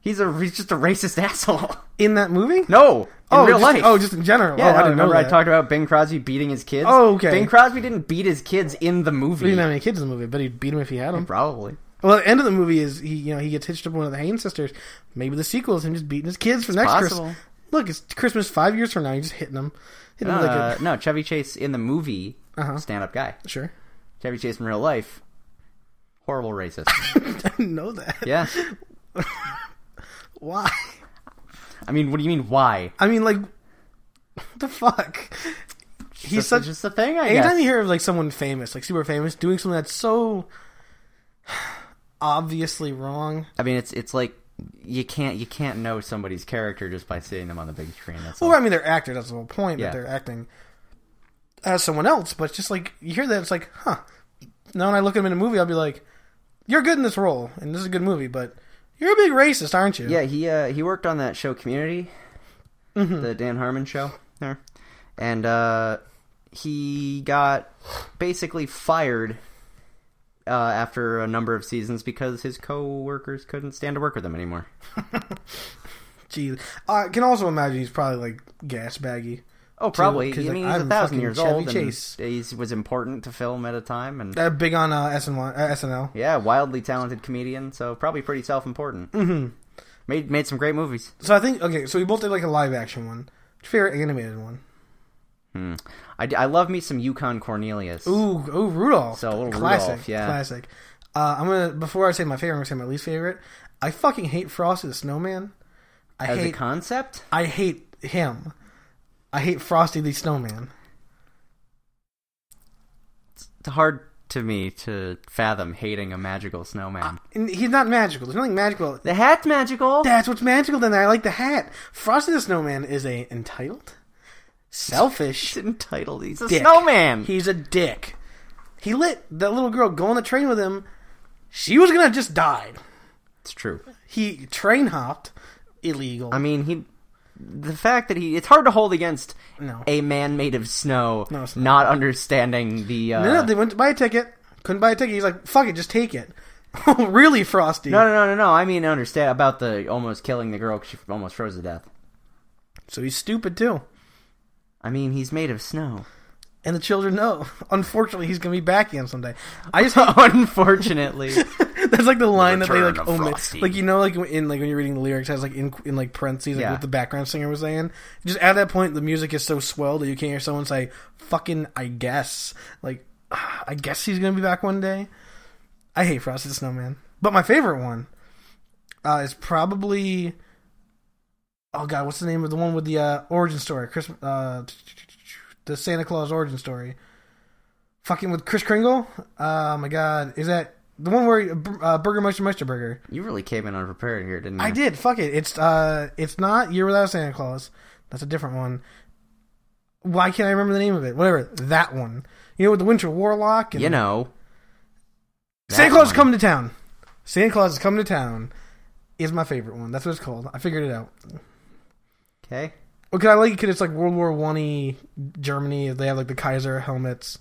Speaker 2: he's a he's just a racist asshole.
Speaker 1: in that movie.
Speaker 2: No, in
Speaker 1: oh,
Speaker 2: real
Speaker 1: just,
Speaker 2: life.
Speaker 1: Oh, just in general.
Speaker 2: Yeah,
Speaker 1: oh, I didn't know
Speaker 2: remember
Speaker 1: that.
Speaker 2: I talked about Bing Crosby beating his kids.
Speaker 1: Oh, okay.
Speaker 2: Bing Crosby didn't beat his kids in the
Speaker 1: He
Speaker 2: movie.
Speaker 1: didn't have any kids in the movie, but he'd beat him if he had them.
Speaker 2: Probably.
Speaker 1: Well, the end of the movie is he, you know, he gets hitched up with one of the Haynes sisters. Maybe the sequel is him just beating his kids for next
Speaker 2: possible.
Speaker 1: Christmas. Look, it's Christmas five years from now. He's just hitting them, hitting them
Speaker 2: Uh,
Speaker 1: like
Speaker 2: no, Chevy Chase in the movie,
Speaker 1: Uh-huh.
Speaker 2: stand up guy.
Speaker 1: a sure.
Speaker 2: Chevy Chase in real life, horrible racist.
Speaker 1: I didn't know that.
Speaker 2: yeah.
Speaker 1: Why?
Speaker 2: I mean, what do you mean? Why?
Speaker 1: I mean, like, what the fuck? He's
Speaker 2: That's
Speaker 1: such.
Speaker 2: just a thing. I guess.
Speaker 1: Anytime you hear of like someone famous, like super famous, doing something that's so obviously wrong,
Speaker 2: I mean, it's it's like you can't you can't know somebody's character just by seeing them on the big screen. That's all.
Speaker 1: Well, I mean, they're actors. That's the whole point.
Speaker 2: Yeah.
Speaker 1: That they're acting as someone else. But it's just like you hear that, it's like, huh. Now when I look at him in a movie, I'll be like, "You're good in this role, and this is a good movie." But you're a big racist, aren't you?
Speaker 2: Yeah, he uh, he worked on that show Community,
Speaker 1: Mm-hmm.
Speaker 2: the Dan Harmon show there, and uh, he got basically fired uh, after a number of seasons because his co-workers couldn't stand to work with him anymore.
Speaker 1: Jeez. I can also imagine he's probably like gas baggy.
Speaker 2: Oh, probably.
Speaker 1: because,
Speaker 2: I mean,
Speaker 1: like,
Speaker 2: he's
Speaker 1: I'm
Speaker 2: a thousand
Speaker 1: fucking
Speaker 2: years
Speaker 1: Chevy
Speaker 2: old,
Speaker 1: Chase.
Speaker 2: and he was important to film at a time, and
Speaker 1: That big on uh, SNL. Uh, SNL.
Speaker 2: yeah, wildly talented comedian, so probably pretty self-important. Mm-hmm. Made made some great movies.
Speaker 1: So I think okay. So we both did like a live action one. What's your favorite animated one?
Speaker 2: Hmm. I, d- I love me some Yukon Cornelius.
Speaker 1: Ooh, ooh, Rudolph.
Speaker 2: So, little
Speaker 1: classic,
Speaker 2: Rudolph, yeah.
Speaker 1: classic. Uh, I'm gonna before I say my favorite, I'm gonna say my least favorite. I fucking hate Frosty the Snowman. I
Speaker 2: As a
Speaker 1: hate
Speaker 2: concept,
Speaker 1: I hate him. I hate Frosty the Snowman.
Speaker 2: it's hard to me to fathom hating a magical snowman.
Speaker 1: And he's not magical. There's nothing magical.
Speaker 2: the hat's magical.
Speaker 1: That's what's magical. Then I like the hat. Frosty the Snowman is a entitled, selfish
Speaker 2: He's entitled. He's a
Speaker 1: dick.
Speaker 2: snowman.
Speaker 1: He's a dick. He let that little girl go on the train with him. She was gonna just die.
Speaker 2: it's true.
Speaker 1: He train hopped, illegal.
Speaker 2: I mean, he. The fact that he. It's hard to hold against
Speaker 1: no.
Speaker 2: a man made of snow
Speaker 1: No, it's
Speaker 2: not. understanding the. Uh,
Speaker 1: No, no, they went to buy a ticket. Couldn't buy a ticket. He's like, fuck it, just take it. Oh, really, Frosty?
Speaker 2: no, no, no, no, no. I mean, understand about the almost killing the girl 'cause she almost froze to death.
Speaker 1: So he's stupid, too.
Speaker 2: I mean, he's made of snow.
Speaker 1: And the children know. Unfortunately, he's going to be back again someday. I just hate-
Speaker 2: Unfortunately.
Speaker 1: that's like the line that they
Speaker 2: Return
Speaker 1: like
Speaker 2: of
Speaker 1: omit.
Speaker 2: Frosty.
Speaker 1: Like you know, like in like when you're reading the lyrics, has like in in like parentheses, like
Speaker 2: Yeah.
Speaker 1: what the background singer was saying. Just at that point, the music is so swell that you can't hear someone say "fucking." I guess, like, ah, I guess he's gonna be back one day. I hate Frosty the Snowman, but my favorite one uh, is probably. Oh God, what's the name of the one with the uh, origin story? Chris, uh, the Santa Claus origin story. Fucking with Chris Kringle. Oh my God, is that the one where uh, Burger Meister Meister Burger?
Speaker 2: you really came in unprepared here, didn't you?
Speaker 1: I did. Fuck it. It's uh, it's not Year Without Santa Claus. That's a different one. Why can't I remember the name of it? Whatever that one. You know, with the Winter Warlock. And
Speaker 2: You know.
Speaker 1: Santa
Speaker 2: That
Speaker 1: Claus is
Speaker 2: one.
Speaker 1: coming to town. Santa Claus is coming to town. Is my favorite one. That's what it's called. I figured it out.
Speaker 2: Okay.
Speaker 1: Well, 'cause I like it 'cause it's like World War One y Germany. They have like the Kaiser helmets.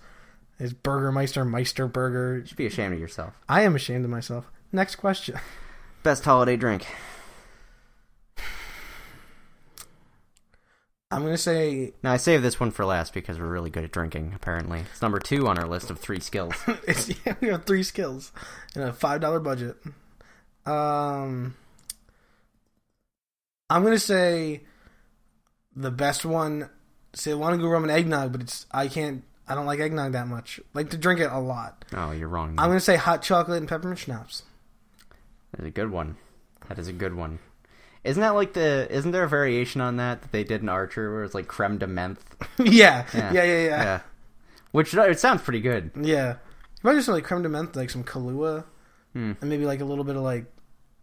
Speaker 1: It's Burgermeister, Meister Burger.
Speaker 2: You should be ashamed of yourself.
Speaker 1: I am ashamed of myself. Next question.
Speaker 2: Best holiday drink.
Speaker 1: I'm going to say
Speaker 2: Now I saved this one for last because we're really good at drinking. Apparently, it's number two on our list of three skills.
Speaker 1: it's, yeah, we have three skills and a $5 budget. Um, I'm going to say the best one, say Wanagu rum and eggnog, but it's, I can't, I don't like eggnog that much. Like to drink it a lot.
Speaker 2: oh, you're wrong.
Speaker 1: I'm going to say hot chocolate and peppermint schnapps.
Speaker 2: That's a good one. That is a good one. Isn't that like the? Isn't there a variation on that that they did in Archer where it's like creme de menthe?
Speaker 1: yeah. Yeah, yeah, yeah. yeah.
Speaker 2: Which no, it sounds pretty good.
Speaker 1: Yeah. You probably just like creme de menthe, like some Kahlua,
Speaker 2: Hmm.
Speaker 1: and maybe like a little bit of like,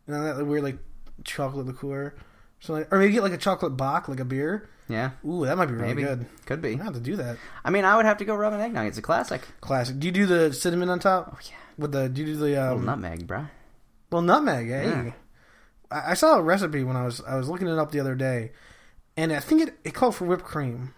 Speaker 1: you know, that weird like chocolate liqueur. So like, or maybe get like a chocolate bock, like a beer.
Speaker 2: Yeah,
Speaker 1: Ooh, that might be really
Speaker 2: maybe
Speaker 1: good.
Speaker 2: could
Speaker 1: I
Speaker 2: be.
Speaker 1: have to do that.
Speaker 2: I mean, I would have to go rum and eggnog. It's a classic.
Speaker 1: Classic. Do you do the cinnamon on top?
Speaker 2: Oh yeah,
Speaker 1: With the do you do the um,
Speaker 2: Little nutmeg, bruh.
Speaker 1: Well, nutmeg. Hey,
Speaker 2: Yeah.
Speaker 1: I, I saw a recipe when I was I was looking it up the other day, and I think it, it called for whipped cream,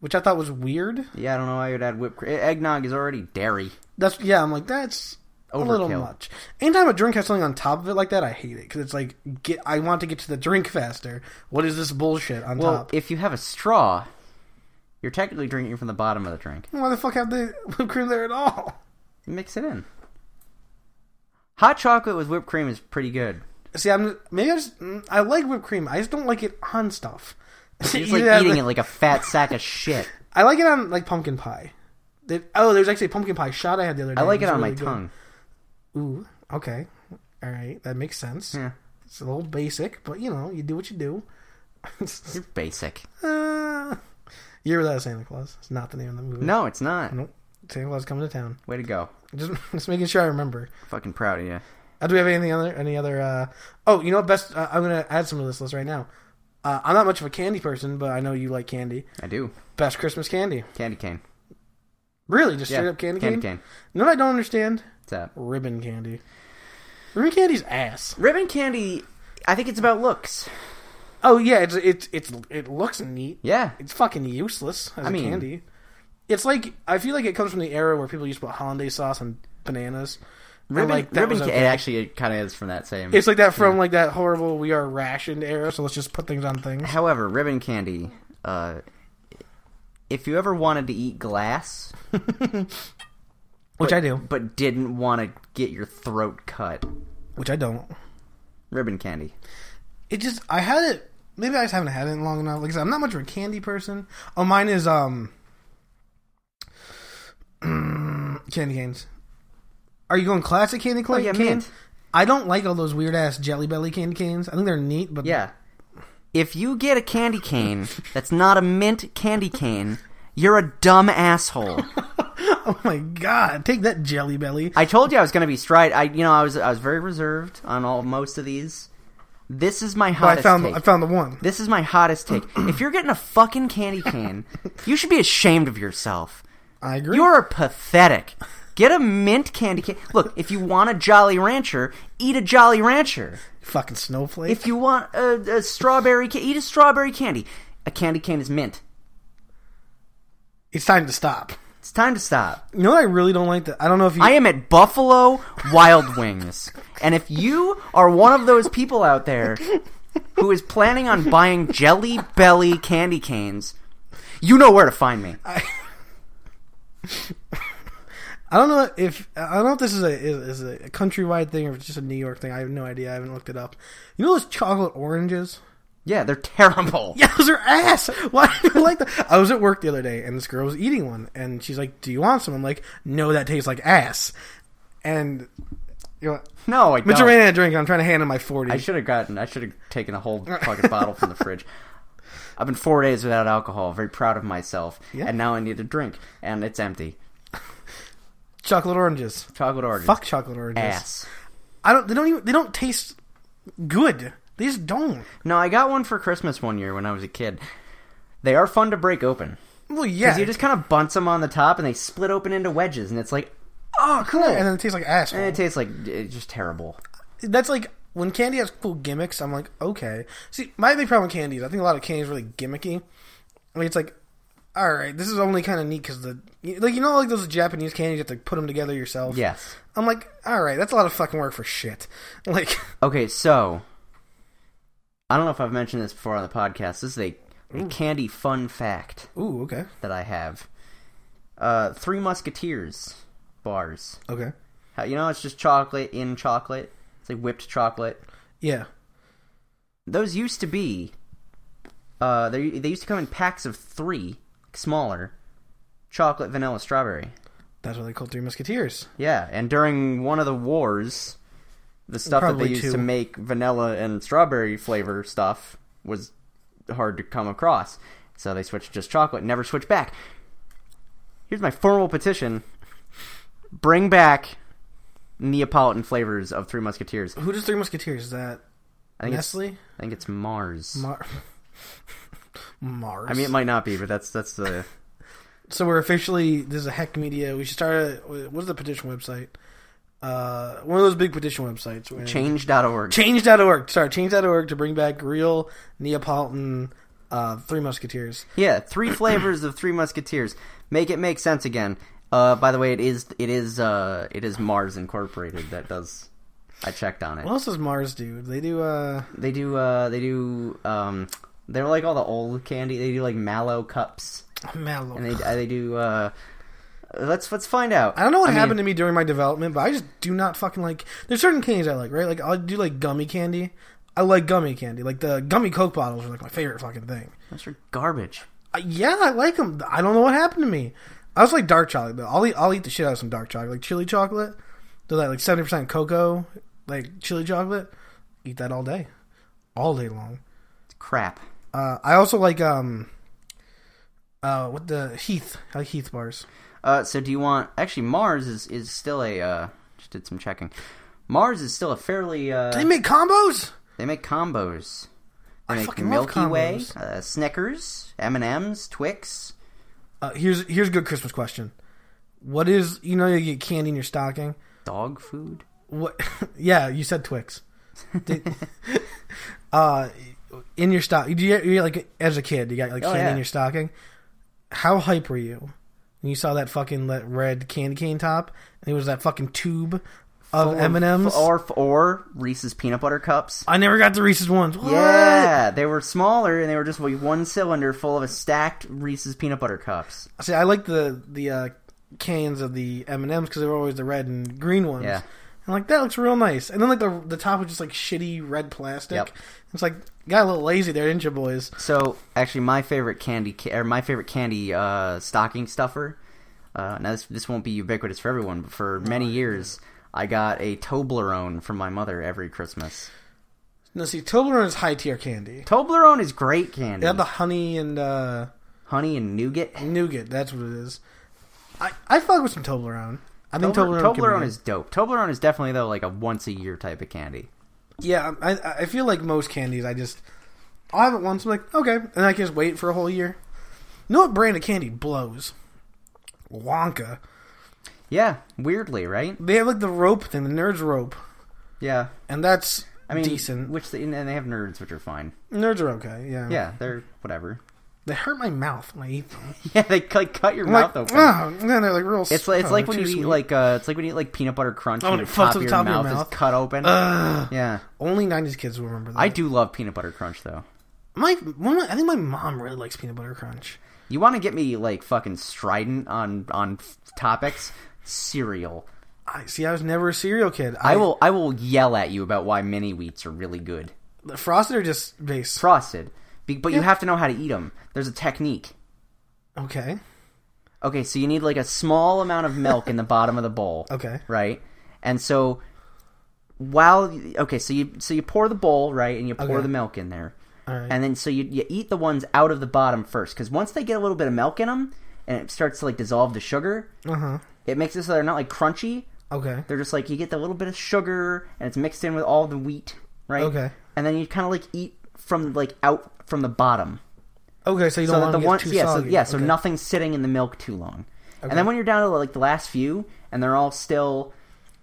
Speaker 1: which I thought was weird.
Speaker 2: Yeah, I don't know why you'd add whipped cream. Eggnog is already dairy.
Speaker 1: That's yeah. I'm like that's a little
Speaker 2: Overkill.
Speaker 1: much. Anytime a drink has something on top of it like that, I hate it because it's like get. I want to get to the drink faster. What is this bullshit on
Speaker 2: Well,
Speaker 1: top?
Speaker 2: if you have a straw, you're technically drinking from the bottom of the drink.
Speaker 1: Why the fuck have the whipped cream there at all?
Speaker 2: Mix it in. Hot chocolate with whipped cream is pretty good.
Speaker 1: See, I'm maybe I just mm, I like whipped cream. I just don't like it on stuff.
Speaker 2: It's like
Speaker 1: Yeah,
Speaker 2: eating it like a fat sack of shit.
Speaker 1: I like it on like pumpkin pie. They- oh, there's actually a pumpkin pie shot I had the other day.
Speaker 2: I like it
Speaker 1: was
Speaker 2: on my
Speaker 1: really good.
Speaker 2: tongue.
Speaker 1: Ooh, okay, all right, that makes sense.
Speaker 2: Yeah.
Speaker 1: It's a little basic, but you know, you do what you do.
Speaker 2: You're basic.
Speaker 1: uh, Year Without a Santa Claus. It's not the name of the movie.
Speaker 2: No, it's not.
Speaker 1: Nope. Santa Claus coming to town.
Speaker 2: Way to go.
Speaker 1: Just, just making sure I remember.
Speaker 2: Fucking proud of you.
Speaker 1: Uh, do we have anything other? Any other? Uh... Oh, you know what? Best. Uh, I'm gonna add some to this list right now. Uh, I'm not much of a candy person, but I know you like candy.
Speaker 2: I do.
Speaker 1: Best Christmas candy.
Speaker 2: Candy cane.
Speaker 1: Really, just
Speaker 2: Yeah,
Speaker 1: straight up candy,
Speaker 2: Candy
Speaker 1: cane.
Speaker 2: cane. uh,
Speaker 1: You know what I don't understand?
Speaker 2: What's up?
Speaker 1: Ribbon candy. Ribbon candy's ass.
Speaker 2: Ribbon candy. I think it's about looks.
Speaker 1: Oh yeah, it's it's it's it looks neat.
Speaker 2: Yeah.
Speaker 1: It's fucking useless as a
Speaker 2: I mean-
Speaker 1: candy. It's like I feel like it comes from the era where people used to put hollandaise sauce on bananas. And,
Speaker 2: Ribbon.
Speaker 1: like, that
Speaker 2: ribbon.
Speaker 1: was
Speaker 2: Ca-
Speaker 1: okay.
Speaker 2: It actually kind of is from that same.
Speaker 1: It's like that from like that horrible "we are rationed" era. So let's just put things on things.
Speaker 2: However, ribbon candy. Uh, if you ever wanted to eat glass,
Speaker 1: Which
Speaker 2: but-
Speaker 1: I do.
Speaker 2: but didn't want to get your throat cut,
Speaker 1: Which I don't.
Speaker 2: ribbon candy.
Speaker 1: It just I had it. Maybe I just haven't had it in long enough. Like I said, I'm not much of a candy person. Oh, mine is um candy canes. Are you going classic candy cane?
Speaker 2: Oh, yeah,
Speaker 1: cane?
Speaker 2: mint.
Speaker 1: I don't like all those weird ass Jelly Belly candy canes. I think they're neat, but
Speaker 2: Yeah. If you get a candy cane that's not a mint candy cane, you're a dumb asshole.
Speaker 1: oh my god, take that Jelly Belly.
Speaker 2: I told you I was going to be straight. I, you know, I was I was very reserved on all most of these. This is my
Speaker 1: But Oh, I
Speaker 2: hottest
Speaker 1: found
Speaker 2: take.
Speaker 1: I found the one.
Speaker 2: This is my hottest take. if you're getting a fucking candy cane, you should be ashamed of yourself.
Speaker 1: I agree.
Speaker 2: You're pathetic. Get a mint candy cane. Look, if you want a Jolly Rancher, eat a Jolly Rancher.
Speaker 1: fucking snowflake.
Speaker 2: If you want a, a strawberry, ca- eat a strawberry candy. A candy cane is mint.
Speaker 1: it's time to stop.
Speaker 2: It's time to stop.
Speaker 1: You know what I really don't like that I don't know if you
Speaker 2: I am at Buffalo Wild Wings. And if you are one of those people out there who is planning on buying Jelly Belly candy canes, you know where to find me.
Speaker 1: I don't know if I don't know if this is a is, is a countrywide thing or if it's just a New York thing. I have no idea. I haven't looked it up. You know those chocolate oranges?
Speaker 2: Yeah, they're terrible.
Speaker 1: Yeah, those are ass. Why do you like that? I was at work the other day and this girl was eating one and she's like, "Do you want some?" I'm like, "No, that tastes like ass." And you know,
Speaker 2: No, I
Speaker 1: Mitch
Speaker 2: don't.
Speaker 1: ran out of drink. I'm trying to hand him my forty.
Speaker 2: I should have gotten. I should have taken a whole fucking bottle from the fridge. I've been four days without alcohol. Very proud of myself.
Speaker 1: Yeah.
Speaker 2: And now I need a drink, and it's empty.
Speaker 1: chocolate oranges.
Speaker 2: Chocolate orange.
Speaker 1: Fuck chocolate oranges.
Speaker 2: ass.
Speaker 1: I don't. They don't even. They don't taste good. They just don't.
Speaker 2: No, I got one for Christmas one year when I was a kid. They are fun to break open.
Speaker 1: Well,
Speaker 2: 'Cause
Speaker 1: yeah.
Speaker 2: you just kind of bunts them on the top, and they split open into wedges, and it's like, oh, cool.
Speaker 1: and then it tastes like ass.
Speaker 2: And it tastes like it's just terrible.
Speaker 1: that's like when candy has cool gimmicks. I'm like, okay. See, my big problem with candy is I think a lot of candy is really gimmicky. I mean, it's like, all right, this is only kind of neat because the like you know like those Japanese candies you have to put them together yourself.
Speaker 2: Yes.
Speaker 1: I'm like, all right, that's a lot of fucking work for shit. Like,
Speaker 2: Okay, so I don't know if I've mentioned this before on the podcast. This is a, a candy fun fact.
Speaker 1: ooh, okay,
Speaker 2: that I have. Uh, Three Musketeers bars.
Speaker 1: okay,
Speaker 2: How- You know, it's just chocolate in chocolate. It's like whipped chocolate.
Speaker 1: yeah,
Speaker 2: Those used to be. Uh, they they used to come in packs of three, smaller. Chocolate, vanilla, strawberry.
Speaker 1: that's what they call Three Musketeers.
Speaker 2: Yeah, and during one of the wars, the stuff that
Speaker 1: Probably
Speaker 2: they used
Speaker 1: two.
Speaker 2: to make vanilla and strawberry flavor stuff was hard to come across. So they switched to just chocolate, and never switched back. Here's my formal petition. Bring back Neapolitan flavors of Three Musketeers.
Speaker 1: Who does Three Musketeers? Is that
Speaker 2: I think it's,
Speaker 1: Nestle?
Speaker 2: I think it's Mars.
Speaker 1: Mar- Mars.
Speaker 2: I mean, it might not be, but that's that's the
Speaker 1: So we're officially this is a heck media. We should start. A, what's the petition website? Uh, one of those big petition websites. where-
Speaker 2: change.org.
Speaker 1: Change.org. Sorry, Change.org to bring back real Neapolitan uh, Three Musketeers.
Speaker 2: Yeah, three flavors of Three Musketeers. Make it make sense again. Uh, by the way, it is it is uh, it is Mars Incorporated that does. I checked on it.
Speaker 1: What else does Mars do? They do. Uh,
Speaker 2: They do uh, they do um, they're like all the old candy. They do like mallow cups,
Speaker 1: Mallow.
Speaker 2: and they uh, they do. Uh, let's let's find out.
Speaker 1: I don't know what
Speaker 2: mean,
Speaker 1: happened to me during my development, but I just do not fucking like. There's certain candies I like, right? Like I'll do like gummy candy. I like gummy candy. Like the gummy Coke bottles are like my favorite fucking thing.
Speaker 2: Those are garbage.
Speaker 1: Uh, yeah, I like them. I don't know what happened to me. I was like dark chocolate though. I'll eat, I'll eat the shit out of some dark chocolate, like chili chocolate. They're like seventy percent cocoa, like chili chocolate. Eat that all day, all day long.
Speaker 2: It's crap.
Speaker 1: Uh, I also like um, uh, what the Heath? I like Heath bars.
Speaker 2: Uh, so do you want? Actually, Mars is is still a. Uh, just did some checking. Mars is still a fairly. Uh,
Speaker 1: They make combos.
Speaker 2: They make combos. They
Speaker 1: I
Speaker 2: make
Speaker 1: fucking love
Speaker 2: Milky Way,
Speaker 1: combos.
Speaker 2: uh, Snickers, M and M's, Twix.
Speaker 1: Uh, here's here's a good Christmas question. What is you know you get candy in your stocking?
Speaker 2: Dog food.
Speaker 1: What? yeah, you said Twix. Did, uh, in your stock, do you, you like as a kid you got like
Speaker 2: Oh,
Speaker 1: candy
Speaker 2: yeah.
Speaker 1: in your stocking? How hype were you when you saw that fucking le- red candy cane top and it was that fucking tube of M and M's?
Speaker 2: or or Reese's peanut butter cups.
Speaker 1: I never got the Reese's ones. What?
Speaker 2: Yeah, they were smaller and they were just like one cylinder full of a stacked Reese's peanut butter cups.
Speaker 1: See, I like the the uh, cans of the M and M's because they were always the red and green ones.
Speaker 2: Yeah.
Speaker 1: And like that looks real nice, and then like the the top was just like shitty red plastic.
Speaker 2: Yep.
Speaker 1: It's like got a little lazy there, didn't you, boys?
Speaker 2: So actually, my favorite candy ca- or my favorite candy uh, stocking stuffer. Uh, now this this won't be ubiquitous for everyone, but for many years, I got a Toblerone from my mother every Christmas.
Speaker 1: No, see, Toblerone is high tier candy.
Speaker 2: Toblerone is great candy.
Speaker 1: They have the honey and uh,
Speaker 2: honey and nougat.
Speaker 1: nougat. That's what it is. I I fuck with some Toblerone. I think
Speaker 2: Tobler-
Speaker 1: Toblerone,
Speaker 2: Toblerone,
Speaker 1: can be good.
Speaker 2: is dope. Toblerone is definitely though like a once a year type of candy.
Speaker 1: yeah. um, I I feel like most candies, I just I have it once. I'm like okay, and I can just wait for a whole year. You know what brand of candy blows? Wonka.
Speaker 2: Yeah, weirdly, right?
Speaker 1: They have like the rope thing, the nerds rope,
Speaker 2: Yeah,
Speaker 1: and that's
Speaker 2: I mean,
Speaker 1: decent. Mm.
Speaker 2: Which they, and they have nerds, which are fine.
Speaker 1: nerds are okay. Yeah.
Speaker 2: Yeah, they're whatever.
Speaker 1: They hurt my mouth when I eat them.
Speaker 2: Yeah, they like cut your
Speaker 1: I'm
Speaker 2: mouth
Speaker 1: like,
Speaker 2: open.
Speaker 1: "Ugh," and then they're like real.
Speaker 2: It's like it's
Speaker 1: oh,
Speaker 2: like
Speaker 1: they're
Speaker 2: when
Speaker 1: too
Speaker 2: you eat
Speaker 1: sweet.
Speaker 2: like uh, it's like when you eat like peanut butter crunch
Speaker 1: Oh,
Speaker 2: and
Speaker 1: it
Speaker 2: the
Speaker 1: floats
Speaker 2: top,
Speaker 1: to
Speaker 2: of
Speaker 1: the
Speaker 2: your,
Speaker 1: top of your
Speaker 2: mouth,
Speaker 1: mouth.
Speaker 2: is cut open.
Speaker 1: Ugh.
Speaker 2: yeah,
Speaker 1: only '90s kids will remember that.
Speaker 2: I do love peanut butter crunch though.
Speaker 1: My, one of my- I think my mom really likes peanut butter crunch.
Speaker 2: You want to get me like fucking strident on on f- topics? Cereal.
Speaker 1: I see. I was never a cereal kid. I,
Speaker 2: I will I will yell at you about why mini wheats are really good.
Speaker 1: The frosted or just base.
Speaker 2: Frosted, Be- but you have to know how to eat them. There's a technique.
Speaker 1: okay.
Speaker 2: Okay, so you need like a small amount of milk in the bottom of the bowl.
Speaker 1: Okay.
Speaker 2: right? And so while okay, so you so you pour the bowl right, and you pour
Speaker 1: Okay.
Speaker 2: the milk in there,
Speaker 1: All right.
Speaker 2: and then so you you eat the ones out of the bottom first because once they get a little bit of milk in them and it starts to like dissolve the sugar,
Speaker 1: Uh huh.
Speaker 2: it makes it so they're not like crunchy.
Speaker 1: Okay.
Speaker 2: They're just like you get the little bit of sugar and it's mixed in with all the wheat, right?
Speaker 1: Okay.
Speaker 2: and then you kind of like eat from like out from the bottom
Speaker 1: Okay. So you don't
Speaker 2: so that
Speaker 1: want
Speaker 2: the
Speaker 1: them to
Speaker 2: one
Speaker 1: get too
Speaker 2: yeah, so,
Speaker 1: soggy.
Speaker 2: yeah, so
Speaker 1: Okay.
Speaker 2: nothing's sitting in the milk too long. And then when you're down to like the last few, and they're all still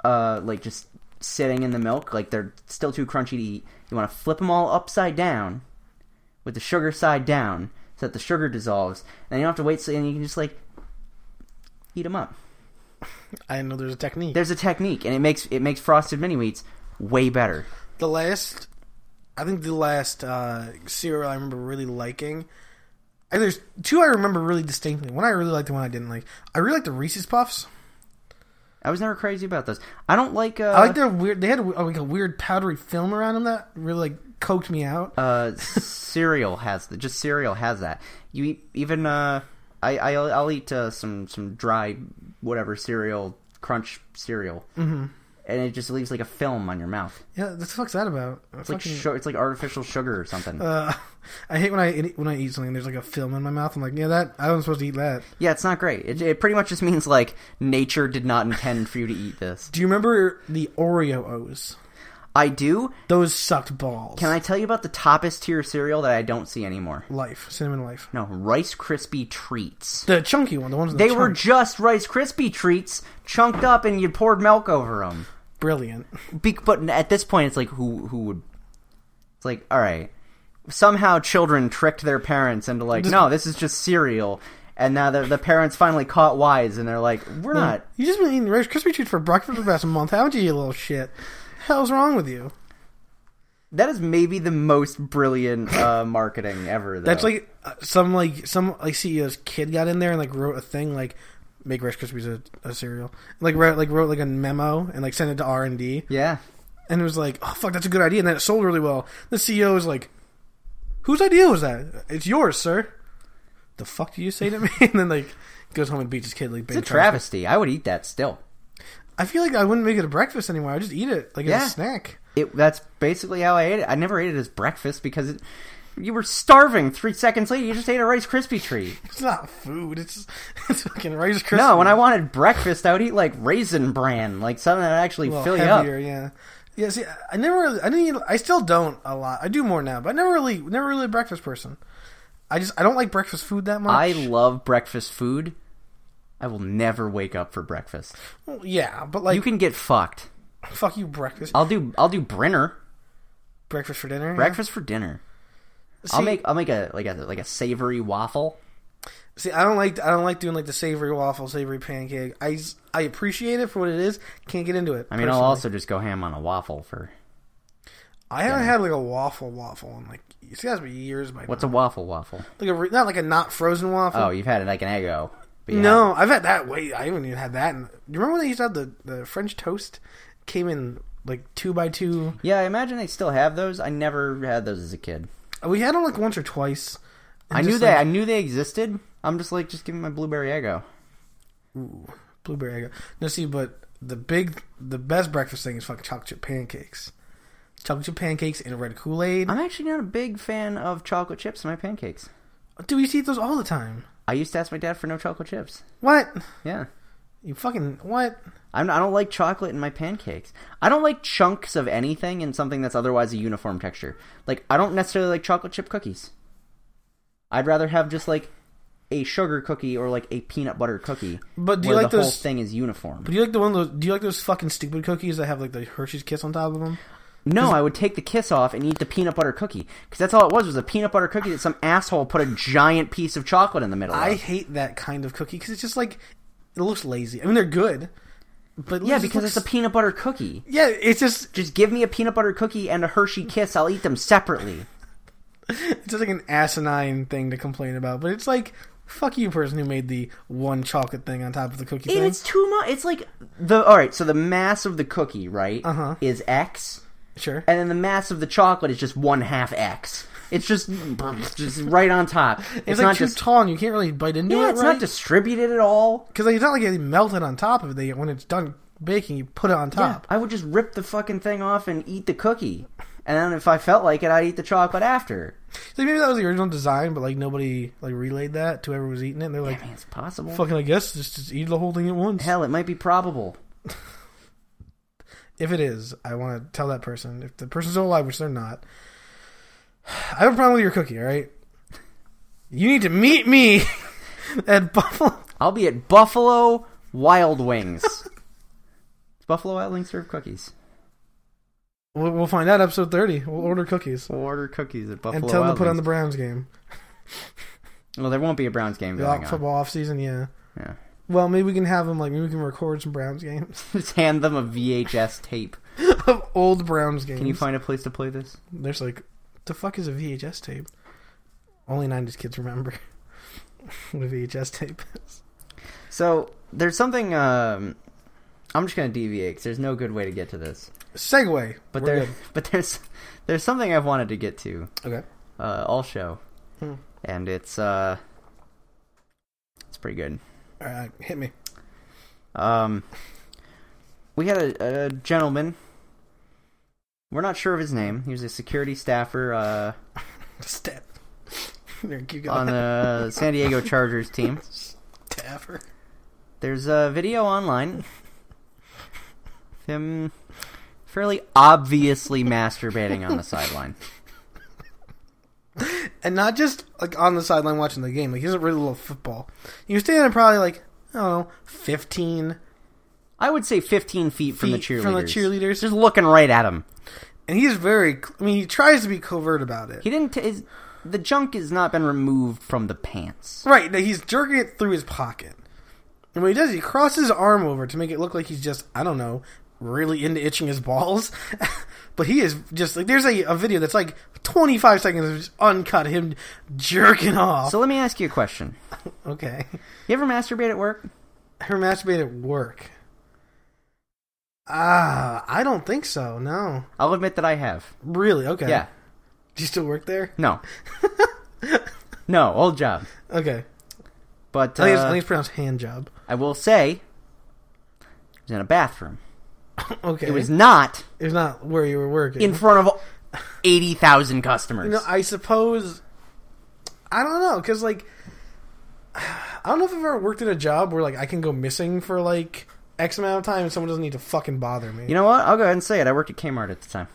Speaker 2: uh, like just sitting in the milk, like they're still too crunchy to eat. You want to flip them all upside down with the sugar side down, so that the sugar dissolves, and you don't have to wait. So and you can just like eat them up.
Speaker 1: I didn't know there's a technique.
Speaker 2: There's a technique, and it makes it makes frosted mini wheats way better.
Speaker 1: the last, I think the last uh, cereal I remember really liking. And there's two I remember really distinctly. One I really liked, the one I didn't like. I really liked the Reese's Puffs.
Speaker 2: I was never crazy about those. I don't like. Uh,
Speaker 1: I like their weird. They had a, like a weird powdery film around them that really like coked me out.
Speaker 2: uh, cereal has the just cereal has that. You eat, even uh, I I'll, I'll eat uh, some some dry whatever cereal crunch cereal, mm-hmm. and it just leaves like a film on your mouth.
Speaker 1: yeah, what the fuck's that about?
Speaker 2: It's like su- it's like artificial sugar or something.
Speaker 1: Uh, I hate when I eat, when I eat something. and There's like a film in my mouth. I'm like, yeah, that I wasn't supposed to eat that.
Speaker 2: yeah, it's not great. It, it pretty much just means like nature did not intend for you to eat this.
Speaker 1: Do you remember the Oreo O's?
Speaker 2: I do.
Speaker 1: Those sucked balls.
Speaker 2: Can I tell you about the toppest tier cereal that I don't see anymore?
Speaker 1: Life, cinnamon life.
Speaker 2: No, Rice Krispie treats.
Speaker 1: The chunky one, the ones in the
Speaker 2: They were
Speaker 1: chunk.
Speaker 2: just Rice Krispie treats chunked up, and you poured milk over them.
Speaker 1: brilliant.
Speaker 2: Be- but at this point, it's like who who would? It's like all right. Somehow, children tricked their parents into like, no, this is just cereal. And now the the parents finally caught wise, and they're like, we're not.
Speaker 1: You just been eating Rice Krispie treats for breakfast for the past month, haven't you, you little shit? Hell's wrong with you?
Speaker 2: That is maybe the most brilliant uh, marketing ever. Though.
Speaker 1: That's like uh, some like some like CEO's kid got in there and like wrote a thing like make Rice Krispies a, a cereal. Like wrote like wrote like a memo and like sent it to R and D.
Speaker 2: yeah.
Speaker 1: and it was like, "Oh fuck, that's a good idea," and then it sold really well. The CEO was like, "Whose idea was that? It's yours, sir." The fuck do you say to me? And then like goes home and beats his kid like.
Speaker 2: It's a travesty. I would eat that still.
Speaker 1: I feel like I wouldn't make it a breakfast anymore. I just eat it like as
Speaker 2: Yeah.
Speaker 1: a snack.
Speaker 2: It that's basically how I ate it. I never ate it as breakfast because it, you were starving three seconds later. You just ate a Rice Krispie treat.
Speaker 1: It's not food. It's it's fucking Rice Krispies.
Speaker 2: No, when I wanted breakfast, I would eat like raisin bran, like something that actually
Speaker 1: Well,
Speaker 2: fill you
Speaker 1: heavier,
Speaker 2: up.
Speaker 1: yeah. Yeah, see, I never, I didn't, eat- I still don't a lot. I do more now, but I never really, never really a breakfast person. I just, I don't like breakfast food that much.
Speaker 2: I love breakfast food. I will never wake up for breakfast.
Speaker 1: Well, yeah, but like,
Speaker 2: You can get fucked.
Speaker 1: fuck you, breakfast,
Speaker 2: I'll do I'll do Brenner
Speaker 1: breakfast for dinner. yeah.
Speaker 2: breakfast for dinner. I'll
Speaker 1: See-
Speaker 2: make I'll make a like a like a savory waffle.
Speaker 1: See, I don't like, I don't like doing like the savory waffle, savory pancake. I, s- I appreciate it for what it is. Can't get into it.
Speaker 2: I mean, I'll also just go ham on a waffle for
Speaker 1: I haven't had like a waffle waffle in like, it's got to be years by
Speaker 2: what's
Speaker 1: now.
Speaker 2: a waffle waffle?
Speaker 1: like a re- not like a not frozen waffle.
Speaker 2: Oh, you've had it like an Eggo. But you
Speaker 1: No, I've had that. Wait, I haven't even had that. In, you remember when they used to have the, the French toast came in like two by two?
Speaker 2: Yeah, I imagine they still have those. I never had those as a kid.
Speaker 1: Uh, We had them like once or twice. And
Speaker 2: I knew
Speaker 1: just,
Speaker 2: they I
Speaker 1: like,
Speaker 2: knew they existed. I'm just like just give me my blueberry Eggo.
Speaker 1: blueberry egg. No, see, but the big, the best breakfast thing is fucking chocolate chip pancakes, chocolate chip pancakes and red Kool Aid.
Speaker 2: I'm actually not a big fan of chocolate chips in my pancakes.
Speaker 1: Dude, we used to eat those all the time.
Speaker 2: I used to ask my dad for no chocolate chips.
Speaker 1: What?
Speaker 2: Yeah.
Speaker 1: You fucking what?
Speaker 2: I'm, I don't like chocolate in my pancakes. I don't like chunks of anything in something that's otherwise a uniform texture. Like, I don't necessarily like chocolate chip cookies. I'd rather have just like a sugar cookie or like a peanut butter cookie.
Speaker 1: But do you
Speaker 2: where
Speaker 1: like
Speaker 2: the whole
Speaker 1: those-
Speaker 2: thing is uniform?
Speaker 1: Do you like the one? Of those, do you like those fucking stupid cookies that have like the Hershey's Kiss on top of them?
Speaker 2: No, I would take the kiss off and eat the peanut butter cookie because that's all it was was a peanut butter cookie that some asshole put a giant piece of chocolate in the middle.
Speaker 1: I
Speaker 2: of.
Speaker 1: hate that kind of cookie because it's just like it looks lazy. I mean, they're good, but it
Speaker 2: Yeah,
Speaker 1: just
Speaker 2: because
Speaker 1: looks-
Speaker 2: it's a peanut butter cookie.
Speaker 1: yeah, it's just
Speaker 2: Just give me a peanut butter cookie and a Hershey kiss. I'll eat them separately.
Speaker 1: it's just like an asinine thing to complain about. But it's like fuck you, person who made the one chocolate thing on top of the cookie
Speaker 2: And
Speaker 1: thing.
Speaker 2: it's too much. It's like the all right. So the mass of the cookie, right,
Speaker 1: Uh-huh.
Speaker 2: is X,
Speaker 1: Sure,
Speaker 2: and then the mass of the chocolate is just one half X. It's just just right on top. It's,
Speaker 1: it's,
Speaker 2: not
Speaker 1: like too
Speaker 2: just
Speaker 1: tall and you can't really bite into
Speaker 2: yeah.
Speaker 1: it.
Speaker 2: It's
Speaker 1: right?
Speaker 2: not distributed at all.
Speaker 1: because it's not like it melted on top of it. When it's done baking, you put it on top.
Speaker 2: I would just rip the fucking thing off and eat the cookie, and then if I felt like it, I'd eat the chocolate after.
Speaker 1: So maybe that was the original design, but like nobody like relayed that to whoever was eating it. And they're
Speaker 2: I
Speaker 1: like,
Speaker 2: mean, it's possible.
Speaker 1: fucking, I guess just, just eat the whole thing at once.
Speaker 2: Hell, it might be probable.
Speaker 1: If it is, I want to tell that person. If the person's still alive, which they're not, I have a problem with your cookie. All right, you need to meet me at Buffalo.
Speaker 2: I'll be at Buffalo Wild Wings. Buffalo Wild Wings serve cookies.
Speaker 1: We'll, we'll find out episode thirty. We'll order cookies
Speaker 2: We'll order cookies at Buffalo
Speaker 1: and tell them
Speaker 2: Wild
Speaker 1: to put on
Speaker 2: Wings.
Speaker 1: the Browns game.
Speaker 2: Well, there won't be a Browns game
Speaker 1: The
Speaker 2: going
Speaker 1: off,
Speaker 2: on.
Speaker 1: football off season, yeah.
Speaker 2: Yeah.
Speaker 1: Well, maybe we can have them like maybe we can record some Browns games
Speaker 2: Just hand them a VHS tape.
Speaker 1: of old Browns games.
Speaker 2: Can you find a place to play this?
Speaker 1: There's like, the fuck is a VHS tape? Only '90s kids remember what a VHS tape is.
Speaker 2: So there's something. Um, I'm just gonna deviate 'cause there's no good way to get to this.
Speaker 1: Segway,
Speaker 2: But
Speaker 1: We're
Speaker 2: there,
Speaker 1: good.
Speaker 2: but there's there's something I've wanted to get to
Speaker 1: okay.
Speaker 2: uh, all show,
Speaker 1: Hmm.
Speaker 2: and it's uh, it's pretty good.
Speaker 1: All right, hit me.
Speaker 2: Um, we had a, a gentleman. We're not sure of his name. He was a security staffer uh,
Speaker 1: Step. there, keep going.
Speaker 2: on the San Diego Chargers team.
Speaker 1: Taffer.
Speaker 2: There's a video online of him fairly obviously masturbating on the sideline.
Speaker 1: And not just like on the sideline watching the game. Like he doesn't really love football. He was standing probably like I don't know, fifteen
Speaker 2: I would say 15 feet from the
Speaker 1: feet
Speaker 2: cheerleaders.
Speaker 1: from the cheerleaders,
Speaker 2: Just looking right at him.
Speaker 1: and he's very. I mean, he tries to be covert about it.
Speaker 2: He didn't. T- his, the junk has not been removed from the pants.
Speaker 1: right now, he's jerking it through his pocket, and when he does, he crosses his arm over to make it look like he's just I don't know, really into itching his balls. but he is just like there's a, a video that's like twenty five seconds of just uncut him jerking off.
Speaker 2: So let me ask you a question.
Speaker 1: okay.
Speaker 2: You ever masturbate at work?
Speaker 1: her masturbate at work. Ah, I don't think so. No,
Speaker 2: I'll admit that I have.
Speaker 1: really. Okay.
Speaker 2: Yeah.
Speaker 1: Do you still work there?
Speaker 2: No. no, old job.
Speaker 1: Okay.
Speaker 2: But
Speaker 1: I think, it's, I
Speaker 2: Mm. uh,
Speaker 1: think it's pronounced hand job.
Speaker 2: I will say, it was was in a bathroom.
Speaker 1: okay.
Speaker 2: It was not
Speaker 1: It's not where you were working.
Speaker 2: in front of 80,000 customers.
Speaker 1: You know, I suppose. I don't know, because, like. I don't know if I've ever worked at a job where, like, I can go missing for, like, X amount of time and someone doesn't need to fucking bother me.
Speaker 2: You know what? I'll go ahead and say it. I worked at Kmart at the time.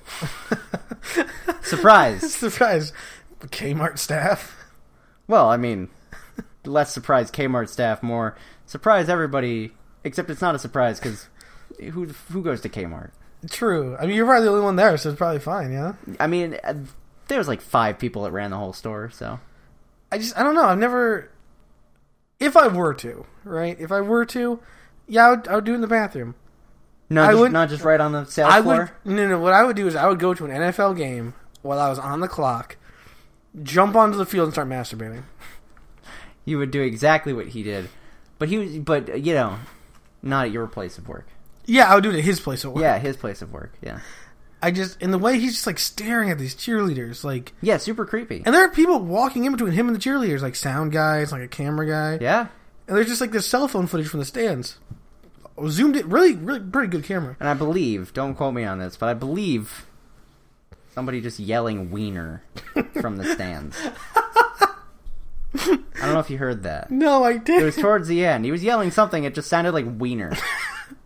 Speaker 2: Surprise.
Speaker 1: Surprise. Kmart staff.
Speaker 2: Well, I mean, less surprise Kmart staff, more surprise everybody. Except it's not a surprise because who who goes to Kmart?
Speaker 1: True. I mean, you're probably the only one there, so it's probably fine, yeah?
Speaker 2: I mean, uh, there was like five people that ran the whole store. So
Speaker 1: I just I don't know. I've never. If I were to, right? If I were to, yeah, I would, I would do it in the bathroom.
Speaker 2: no,
Speaker 1: I
Speaker 2: just,
Speaker 1: would-
Speaker 2: not just right on the sales
Speaker 1: I
Speaker 2: floor.
Speaker 1: would no no. What I would do is I would go to an NFL game while I was on the clock, jump onto the field and start masturbating.
Speaker 2: You would do exactly what he did, but he was, but uh, you know, not at your place of work.
Speaker 1: Yeah, I would do it at his place at work.
Speaker 2: Yeah, his place of work. Yeah,
Speaker 1: I just and the way he's just like staring at these cheerleaders, like,
Speaker 2: yeah, super creepy.
Speaker 1: and there are people walking in between him and the cheerleaders, like sound guys, like a camera guy,
Speaker 2: Yeah,
Speaker 1: and there's just like this cell phone footage from the stands, Oh, zoomed in, really, really pretty good camera.
Speaker 2: and I believe, don't quote me on this, but I believe somebody just yelling "wiener" from the stands. I don't know if you heard that.
Speaker 1: No, I did.
Speaker 2: It was towards the end. He was yelling something. It just sounded like "wiener."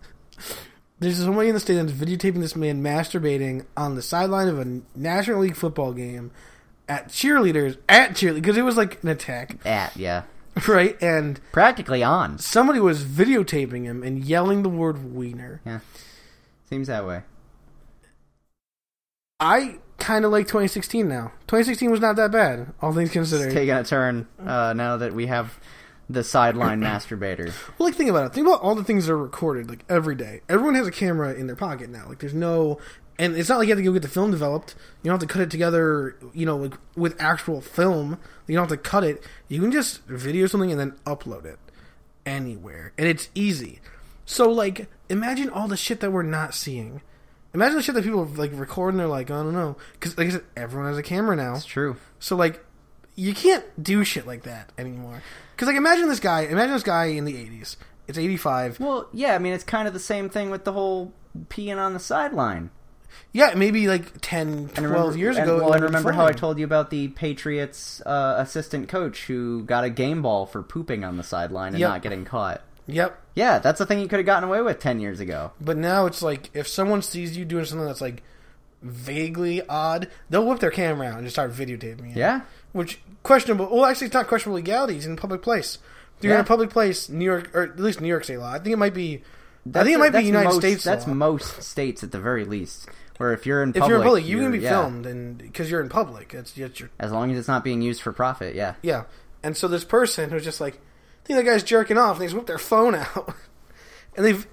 Speaker 1: There's somebody in the stands videotaping this man masturbating on the sideline of a National League football game at cheerleaders at cheerleaders because it was like an attack,
Speaker 2: At yeah,
Speaker 1: right? And
Speaker 2: practically on.
Speaker 1: somebody was videotaping him and yelling the word wiener.
Speaker 2: Yeah, seems that way.
Speaker 1: I kind of like 2016 now. 2016 was not that bad, all things
Speaker 2: It's
Speaker 1: considered.
Speaker 2: taking a turn uh, now that we have the sideline masturbator.
Speaker 1: well, like think about it. Think about all the things that are recorded like every day. Everyone has a camera in their pocket now. Like there's no and it's not like you have to go get the film developed. You don't have to cut it together, you know, like with actual film. You don't have to cut it. You can just video something and then upload it anywhere. And it's easy. So like imagine all the shit that we're not seeing. Imagine the shit that people like record and they're like, I don't know, because like I said, everyone has a camera now.
Speaker 2: It's true.
Speaker 1: So like, you can't do shit like that anymore. Because like, imagine this guy. Imagine this guy in the '80s. It's '85.
Speaker 2: Well, yeah, I mean it's kind of the same thing with the whole peeing on the sideline.
Speaker 1: Yeah, maybe like 10, 12 years
Speaker 2: and,
Speaker 1: ago. it
Speaker 2: Well,
Speaker 1: would've been
Speaker 2: and remember how I
Speaker 1: fine.
Speaker 2: told you about the Patriots uh, assistant coach who got a game ball for pooping on the sideline and
Speaker 1: Yep.
Speaker 2: not getting caught.
Speaker 1: Yep.
Speaker 2: Yeah, that's the thing you could have gotten away with ten years ago.
Speaker 1: But now it's like if someone sees you doing something that's like vaguely odd, they'll whip their camera out and just start videotaping it.
Speaker 2: Yeah,
Speaker 1: Which questionable? Well, actually, it's not questionable legality. It's in a public place. If you're in
Speaker 2: Yeah.
Speaker 1: a public place, New York, or at least New York state law. I think it might be. I
Speaker 2: That's-
Speaker 1: think it might be
Speaker 2: that's
Speaker 1: United
Speaker 2: most-
Speaker 1: States.
Speaker 2: That's
Speaker 1: law.
Speaker 2: most states at the very least. Where if you're in
Speaker 1: if
Speaker 2: public,
Speaker 1: you're in public, you can
Speaker 2: you're-
Speaker 1: be
Speaker 2: yeah.
Speaker 1: filmed, and because you're in public, it's, it's your
Speaker 2: as long as it's not being used for profit. Yeah,
Speaker 1: Yeah. And so this person who's just like, I think that guy's jerking off, and they just whip their phone out. And they've.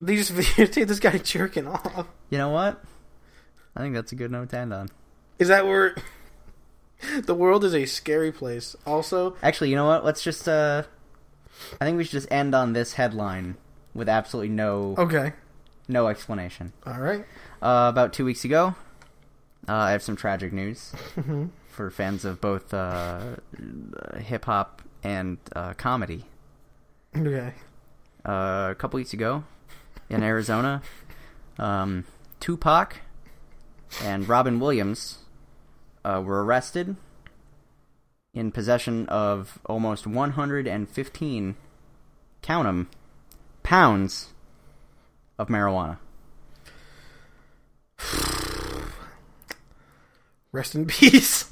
Speaker 1: They just videotape this guy jerking off.
Speaker 2: you know what? I think that's a good note to end on.
Speaker 1: Is that where. The world is a scary place. Also,
Speaker 2: Actually, you know what? Let's just. uh I think we should just end on this headline with absolutely no
Speaker 1: okay.
Speaker 2: no explanation.
Speaker 1: All right.
Speaker 2: Uh, about two weeks ago, uh, I have some tragic news for fans of both uh, hip hop and uh, comedy.
Speaker 1: Okay.
Speaker 2: Uh, a couple weeks ago, in Arizona, um, Tupac and Robin Williams uh, were arrested in possession of almost 115 count 'em pounds of marijuana.
Speaker 1: Rest in peace.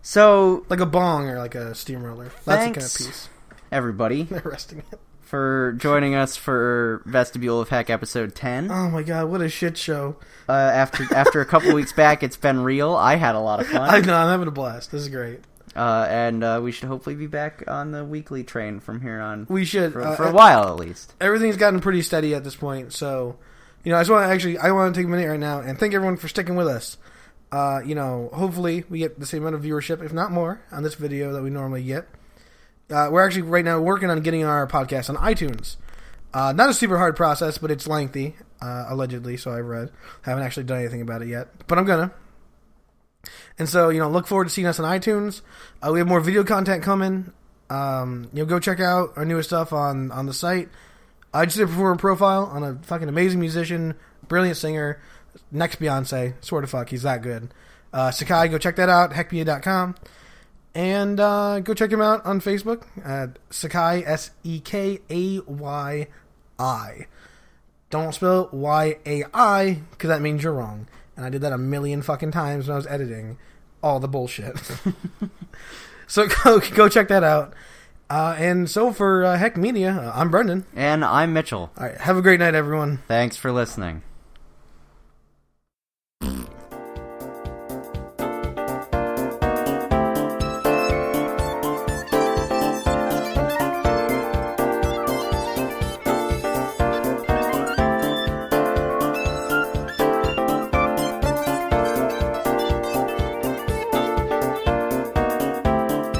Speaker 2: So
Speaker 1: like a bong or like a steamroller. That's the kind of
Speaker 2: Thanks.
Speaker 1: piece.
Speaker 2: everybody
Speaker 1: They're resting it.
Speaker 2: for joining us for Vestibule of Heck episode 10. Uh,
Speaker 1: Oh my god, what a shit show.
Speaker 2: after after a couple weeks back, it's been real. I had a lot of
Speaker 1: I
Speaker 2: fun.
Speaker 1: know, I'm having a blast. This is great.
Speaker 2: Uh, and uh, we should hopefully be back on the weekly train from here on
Speaker 1: We should.
Speaker 2: for,
Speaker 1: uh,
Speaker 2: for a while at least.
Speaker 1: everything's gotten pretty steady at this point. So, you know, I just want to actually, I want to take a minute right now and thank everyone for sticking with us. Uh, you know, hopefully we get the same amount of viewership, if not more, on this video that we normally get. Uh, we're actually right now working on getting our podcast on iTunes. Uh, not a super hard process, but it's lengthy, uh, allegedly. So I've read. Haven't actually done anything about it yet, but I'm gonna. And so, you know, look forward to seeing us on iTunes. Uh, we have more video content coming. Um, you know, go check out our newest stuff on on the site I just did a performer profile on a fucking amazing musician, brilliant singer, next Beyonce. Swear to fuck, he's that good. Uh, Sakai, go check that out, heckmedia.com. And uh, go check him out on Facebook at Sakai, S E K A Y I. Don't spell Y A I, because that means you're wrong. And I did that a million fucking times when I was editing all the bullshit. so go, go check that out. Uh, and so for uh, Heck Media, uh, I'm Brendan.
Speaker 2: And I'm Mitchell.
Speaker 1: All right, have a great night, everyone.
Speaker 2: Thanks for listening.